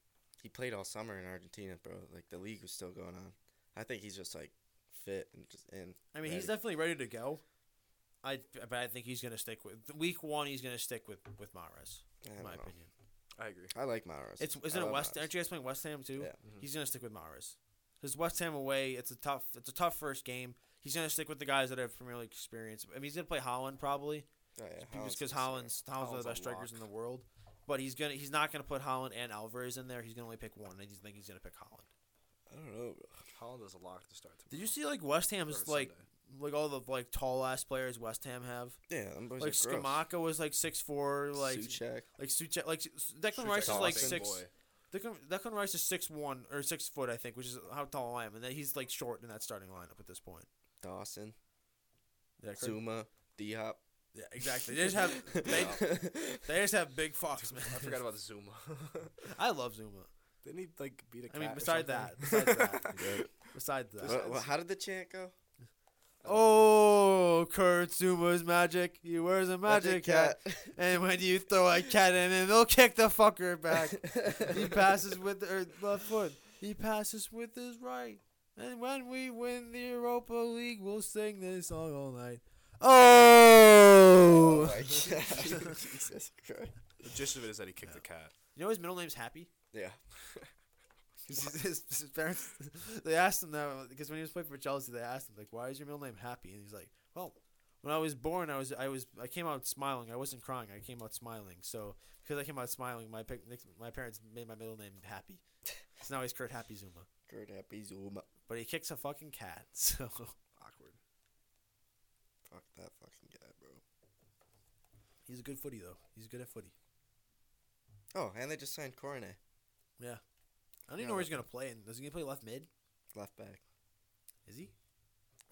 he played all summer in Argentina, bro. Like the league was still going on. I think he's just like fit and just in.
I mean, he's
ready.
definitely ready to go. I but I think he's gonna stick with week one. He's gonna stick with with Mares,
I
in
don't
my
know.
opinion.
I agree.
I like Mares.
It's
I
isn't it
love
West?
Mahrez.
Aren't you guys playing West Ham too?
Yeah.
He's gonna stick with Mares. His West Ham away. It's a tough. It's a tough first game. He's gonna stick with the guys that have Premier League experience. I mean, he's gonna play Holland probably.
Oh, yeah,
just
Haaland's
because
gonna
Holland's
start.
Holland's one of the best
Holland's a
strikers in
lock.
the world. But he's gonna he's not gonna put Holland and Alvarez in there. He's gonna only pick one. and I just think he's gonna pick Holland.
I don't know, bro.
Holland is a lock to start.
Did you see like West Ham's
Or
like
Sunday.
like all the like tall ass players West Ham have?
Yeah, them boys
Like
are gross.
Skamaka was like six four, like
Suchek.
like Suchet, like S- Declan Rice is like
Dawson.
six. Declan, Declan Rice is six one or six foot, I think, which is how tall I am, and then he's like short in that starting lineup at this point.
Dawson,
Yeah,
Zuma, D Hop.
yeah exactly. They just have they, they just have big fox man.
I forgot about Zuma.
I love Zuma.
Didn't he like beat a
I
cat?
mean,
or
besides that,
something?
besides that, besides that,
Wha- wha- how did the chant go?
Oh, Kurt Zuma's magic. He wears a magic hat. And when you throw a cat in him, he'll kick the fucker back. he passes with the left foot. He passes with his right. And when we win the Europa League, we'll sing this song all night. Oh!
Oh my God. Jesus Christ.
The gist of it is that he kicked the cat.
You know his middle name's Happy?
Yeah.
'Cause His, his- his parents, they asked him that because when he was playing for Chelsea, they asked him like, "Why is your middle name Happy?" And he's like, "Well, when I was born, I was I was I came out smiling. I wasn't crying. I came out smiling. So because I came out smiling, my pic- nick- my parents made my middle name Happy. So now he's Kurt Happy Zuma.
Kurt Happy Zuma.
But he kicks a fucking cat. So
Awkward.
Fuck that fucking guy, bro.
he's a good footy though. He's good at footy.
Oh, and they just signed Cornet,
I don't even
Yeah,
know where
but-
he's gonna play. And is he gonna play left mid?
left back.
Is he?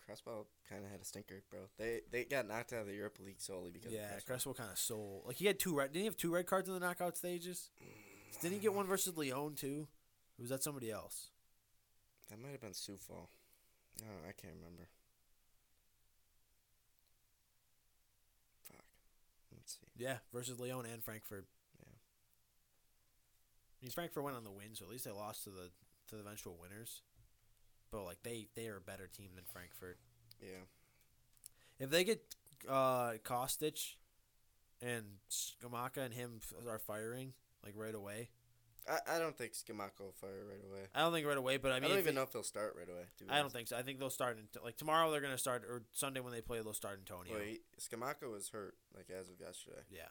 Crossbow kind of had a stinker, bro. They they got knocked out of the Europa League solely because. of
Yeah, Cresswell
Cresswell.
kind of sold. Like he had two red. Didn't he have two red cards in the knockout stages? Didn't he get one versus Leon too? Or was that somebody else?
that might have been Sioux Fall. Oh, I can't remember. Fuck. Let's see.
Yeah, versus Leon and Frankfurt.
Yeah.
I mean, Frankfurt went on the win, so at least they lost to the to the eventual winners. But like they they are a better team than Frankfurt.
Yeah.
If they get uh Kostic and Skamaka and him f- are firing like right away.
I, I don't think Skamaka will fire right away.
I don't think right away, but I
I,
mean
don't
if
even
they-
know if they'll start right away. to be
I don't
honest.
think so. I think they'll start in, like tomorrow. They're gonna start or Sunday when they play. They'll start Antonio.
Well, he, Skamaka was hurt like as of yesterday.
Yeah,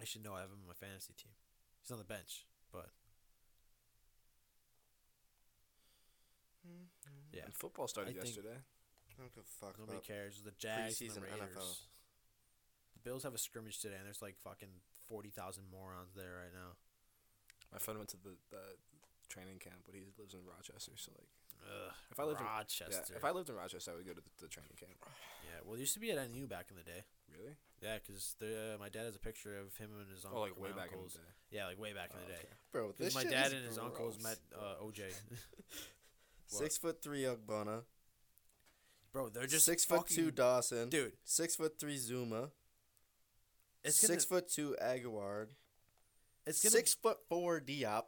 I should know. I have him on my fantasy team. He's on the bench, but Yeah.
And football started
I think-
yesterday.
I don't give a fuck.
Uh,
nobody
about-
cares. The Jags and the
Preseason
Raiders.
NFL.
The Bills have a scrimmage today, and there's like fucking forty thousand morons there right now.
My friend went to the, the training camp, but he lives in Rochester, so like
Ugh,
If I lived in-
Rochester.
yeah. If I lived in Rochester, I would go to the, the training camp.
Yeah, well, it used to be at NU back in the day.
Really? Really?
Yeah, because uh, my dad has a picture of him and his uncle.
Oh, like way
my
back in the
uncles.
day.
Yeah, like way back in
Oh,
the day.
okay.
Bro,
Because
this
my
shit
dad
is
and his uncles
gross.
met uh, OJ.
Six foot three Ogbonna.
Bro, they're just
six foot
fucking-
two Dawson.
dude.
Six foot three Zuma.
It's gonna,
six foot two Aguard.
It's gonna.
six foot four Diop.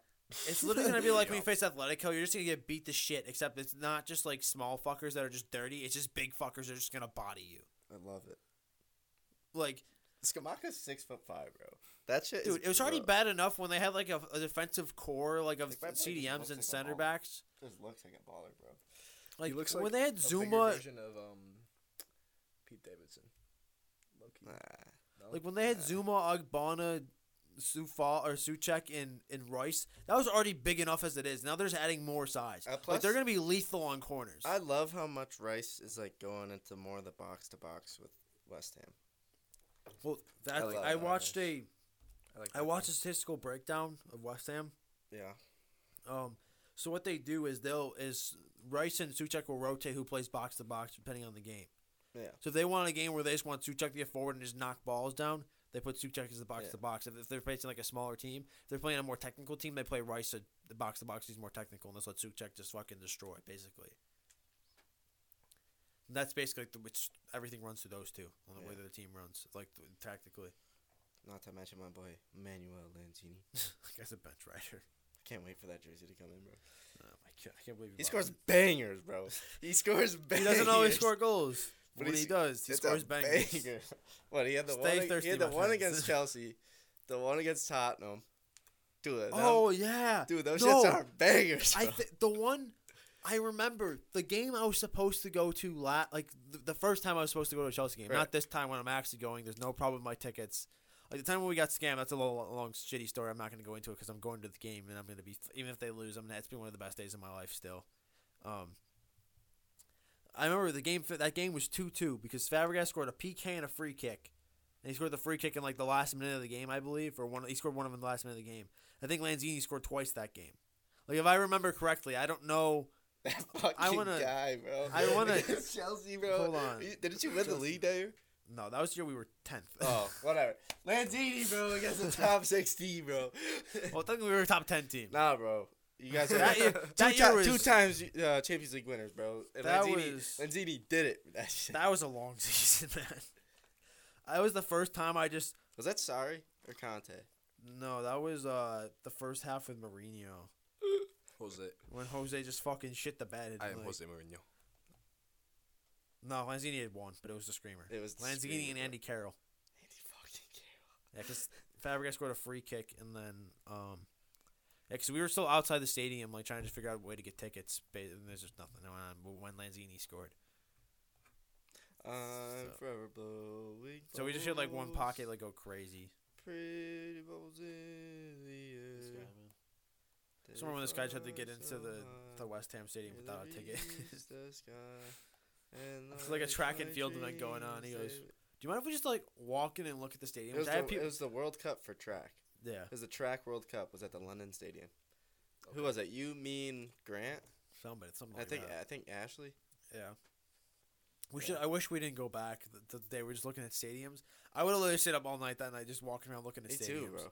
It's literally gonna be like when you face Atletico. You're just gonna get beat to shit. Except it's not just like small fuckers that are just dirty. It's just big fuckers that are just gonna body you.
I love it.
Like,
Skamaka's six foot five, bro. That shit,
dude,
is
it was already
gross.
bad enough when they had like a, a defensive core like of
Like, my boy just
CDMs
looks
and
like a
center
baller.
backs.
Just looks like a baller, bro.
Like,
looks
when
like
they had
A bigger
Zuma,
version of um, Pete Davidson. Low-key. No?
like when they had Zuma, Ogbonna, Sufa or Suchek and and Rice, that was already big enough as it is. Now they're just adding more size.
Uh,
like
plus-
they're gonna be lethal on corners.
I love how much Rice is like going into more of the box to box with West Ham.
well, that,
I
I,
like that.
watched a
like
I
that
watched a statistical breakdown of West Ham.
Yeah,
Um, so what they do is they'll is Rice and Suchek will rotate who plays box to box depending on the game.
Yeah.
So if they want a game where they just want Suchek to get forward and just knock balls down, they put Suchek as the box
Yeah.
to box. If, if they're facing like a smaller team, if they're playing a more technical team, they play Rice at the box to box. He's more technical, and that's what Suchek just fucking destroy basically. And that's basically the, which everything runs through those two on the way
Yeah.
that the team runs, like tactically.
not to mention my boy Manuel Lanzini.
like as a bench rider.
I can't wait for that jersey to come in, bro.
Oh my god, I can't believe you
He
bought
scores
him.
bangers, bro. He scores
He
bangers.
doesn't always score goals,
But
but when he
he's-
does, he
It's
scores
a
bangers.
banger. What he had the
Stay
one, he
thirsty,
had the
my
one
friends.
against Chelsea, the one against Tottenham. Dude,
Oh
oh,
yeah,
dude, those
no.
shits are bangers.
I
bro.
th- the one I remember the game I was supposed to go to la- like the, the first time I was supposed to go to a Chelsea game. Not
Right.
this time when I'm actually going. There's no problem with my tickets. Like the time when we got scammed, that's a little long, shitty story. I'm not going to go into it because I'm going to the game and I'm going to be even if they lose. I'm gonna, it's been one of the best days of my life still. Um, I remember the game. That game was two two because Fabregas scored a PK and a free kick. And he scored the free kick in like the last minute of the game, I believe, or one. He scored one of them in the last minute of the game. I think Lanzini scored twice that game. Like if I remember correctly, I don't know.
that fucking
wanna-
guy, bro.
I wanna-
Against Chelsea, bro.
Hold on.
You- Didn't you win the league there?
No, that was the year we were tenth.
Oh, whatever. Lanzini, bro, against the top 16, bro.
well, technically we were a top ten team.
nah, bro. You guys are
That year-
two,
that
ti-
year was-
two times uh, Champions League winners, bro. And
That
Lanzini,
was-
Lanzini did it. That shit.
That was a long season, man. That was the first time I just
was that sorry or Conte?
no. That was uh the first half with Mourinho
Jose.
when Jose just fucking shit the bed. And,
I am
like-
Jose Mourinho.
No, Lanzini had one, but it was the screamer.
It was the
Lanzini
screamer,
and
bro.
Andy Carroll.
Andy fucking Carroll.
Yeah, because Fabregas scored a free kick, and then um, yeah, because we were still outside the stadium, like trying to figure out a way to get tickets, ba- and there's just nothing going on. But when Lanzini scored,
I'm
So-
forever blowing.
so we just heard like one
bubbles,
pocket like go crazy.
Pretty bubbles in the air.
It's remember when this guy tried to get
They're
into the
so
the West Ham stadium without a ticket.
Reach the sky and
It's like a
let
track and
my
field event going on. He
dreams
goes,
stay-
Do you mind if we just like walk in and look at the stadium?
It was,
'Cause I
the,
had peop-
it was the World Cup for track.
yeah,
It was the track World Cup was at the London Stadium. Who was it? You mean Grant?
somebody, something.
I
Like
think
that.
I think Ashley.
Yeah. We
Yeah.
should. I wish we didn't go back the, the day we are just looking at stadiums. I would have literally stayed up all night that night just walking around looking at
Me
stadiums.
too, bro.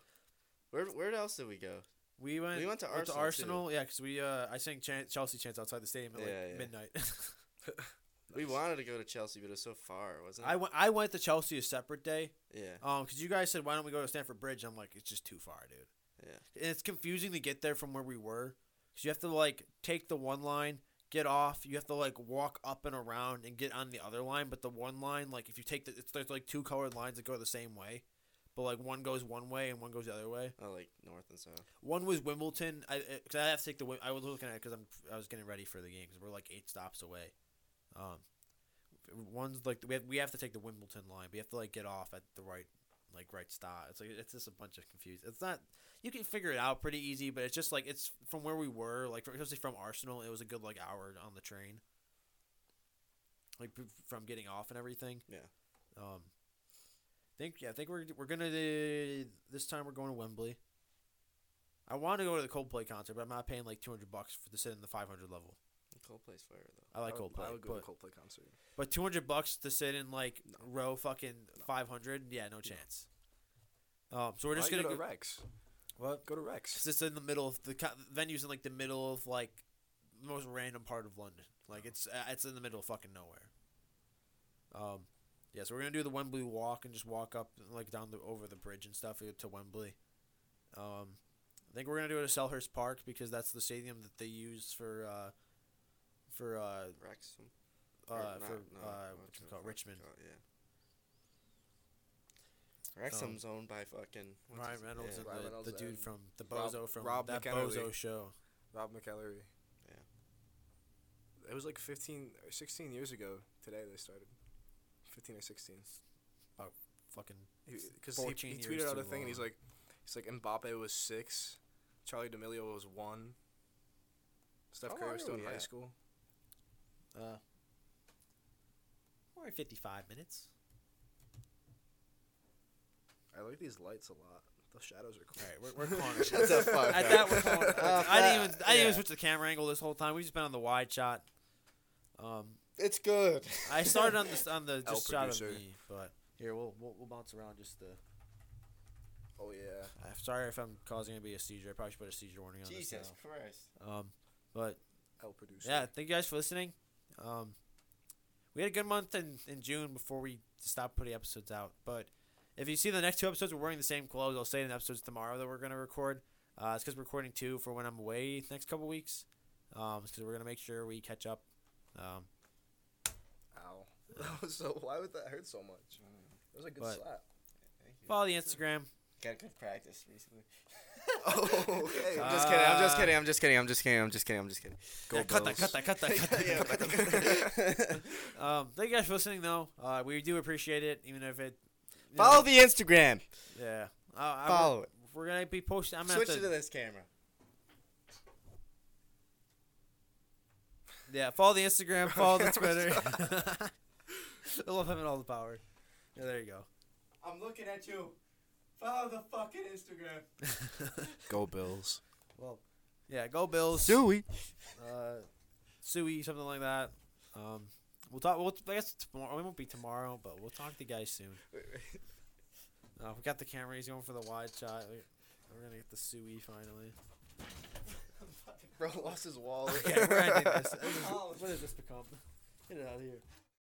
Where where else did we go?
We went.
We went to
went
Arsenal, too.
Yeah, because we. Uh, I sang chan- Chelsea chants outside the stadium at like
Yeah, yeah.
midnight.
We wanted to go to Chelsea, but it was so far, wasn't it?
I went. I went to Chelsea a separate day.
yeah.
Um, because you guys said why don't we go to Stanford Bridge? I'm like, it's just too far, dude.
Yeah.
And it's confusing to get there from where we were, because you have to like take the one line, get off. You have to like walk up and around and get on the other line. But the one line, like if you take the, it's, there's like two colored lines that go the same way, but like one goes one way and one goes the other way.
Oh, like north and south.
One was Wimbledon. I because I have to take the. Wim- I was looking at it because I'm I was getting ready for the game because we're like eight stops away. Um, one's like we have we have to take the Wimbledon line. We have to like get off at the right like right stop. It's like it's just a bunch of confused. It's not you can figure it out pretty easy, but it's just like it's from where we were like from, especially from Arsenal. It was a good like hour on the train, like p- from getting off and everything.
Yeah.
Um. Think yeah, I think we're we're gonna do, this time we're going to Wembley. I want to go to the Coldplay concert, but I'm not paying like 200 bucks for to sit in the 500 level.
Coldplay's fire though.
I like
would-
Coldplay,
I would go to
but
a Coldplay concert.
but two hundred bucks to sit in like row fucking five hundred, yeah, no chance. Um, so we're just
Why
gonna
go
go,
to Rex.
what?
Go to
'Cause
Rex.
it's in the middle of the co- venue's in like the middle of like the most random part of London. Like it's uh, it's in the middle of fucking nowhere. Um, yeah, so we're gonna do the Wembley walk and just walk up like down the over the bridge and stuff uh, to Wembley. Um, I think we're gonna do it at Selhurst Park because that's the stadium that they use for uh, for uh,
Wrexham. Or
uh,
not-
for
no,
uh, what
what's
you
it
call it,
fucking
Richmond.
called, Yeah. Wrexham's owned by fucking what's
Ryan
his-
Reynolds
yeah.
and
Ryan
the,
Reynolds
the dude
and
from the
Rob-
bozo from
Rob
that
McElroy.
bozo show.
Rob McEllery.
Yeah.
It was like 15 or 16 years ago today they started. 15 or 16.
Fucking
Because he,
14
he,
years
tweeted out a
too
thing and he's
long.
like, he's like Mbappe was six, Charlie D'Amelio was one, Steph
How
Curry
long
was
are
still
we
in high
at?
school.
uh, or fifty-five minutes.
I like these lights a lot. The shadows are cool.
All right, we're, we're calling it.
Shut the fuck
At
up.
that, we're calling it.
Uh,
I didn't even
that-
I didn't even
yeah.
switch the camera angle this whole time. We've just been on the wide shot. Um,
It's good.
I started on the on the
L
just shot of
producer.
me, but here we'll we'll, we'll bounce around just the.
Oh yeah.
I'm sorry if I'm causing anybody a seizure. I probably should put a seizure warning on
Jesus
this.
Christ.
now. Um, but
El producer.
yeah, thank you guys for listening. Um, we had a good month in, in June before we stopped putting episodes out. But if you see the next two episodes, we're wearing the same clothes. I'll say in the episodes tomorrow that we're going to record. Uh, it's because we're recording two for when I'm away next couple weeks. Um, because we're going to make sure we catch up. Um,
Ow. That was so. Why would that hurt so much? That was a good
But-
slap.
Thank you.
follow the Instagram.
Got good practice recently. Uh,
Oh, okay.
Uh,
I'm just kidding. I'm just kidding. I'm just kidding. I'm just kidding. I'm just kidding. I'm just kidding.
Go
Yeah, cut that,
Bills.
cut that, cut that, cut that.
Yeah, but-
Um, thank you guys for listening, though. Uh, we do appreciate it, even if it. you
Follow
know,
the Instagram.
Yeah. Uh, I-
Follow it.
We're going to be posting. I'm going
Switch
to
it to this camera.
Yeah, follow the Instagram, follow the
I'm
Twitter. I love having all the power. Yeah, there you
I'm looking at you. Follow the fucking Instagram.
go.
Go Bills.
well, yeah, go Bills.
Suey.
Uh, Suey, something like that. Um, we'll talk. We'll, I guess tomorrow. It won't be tomorrow, but we'll talk to you guys soon. Uh, we got the camera. He's going for the wide shot. We- We're gonna get the Suey finally.
Bro lost his wallet.
Oh.
Okay, we're ending this. This is- what has this become? Get it out of here.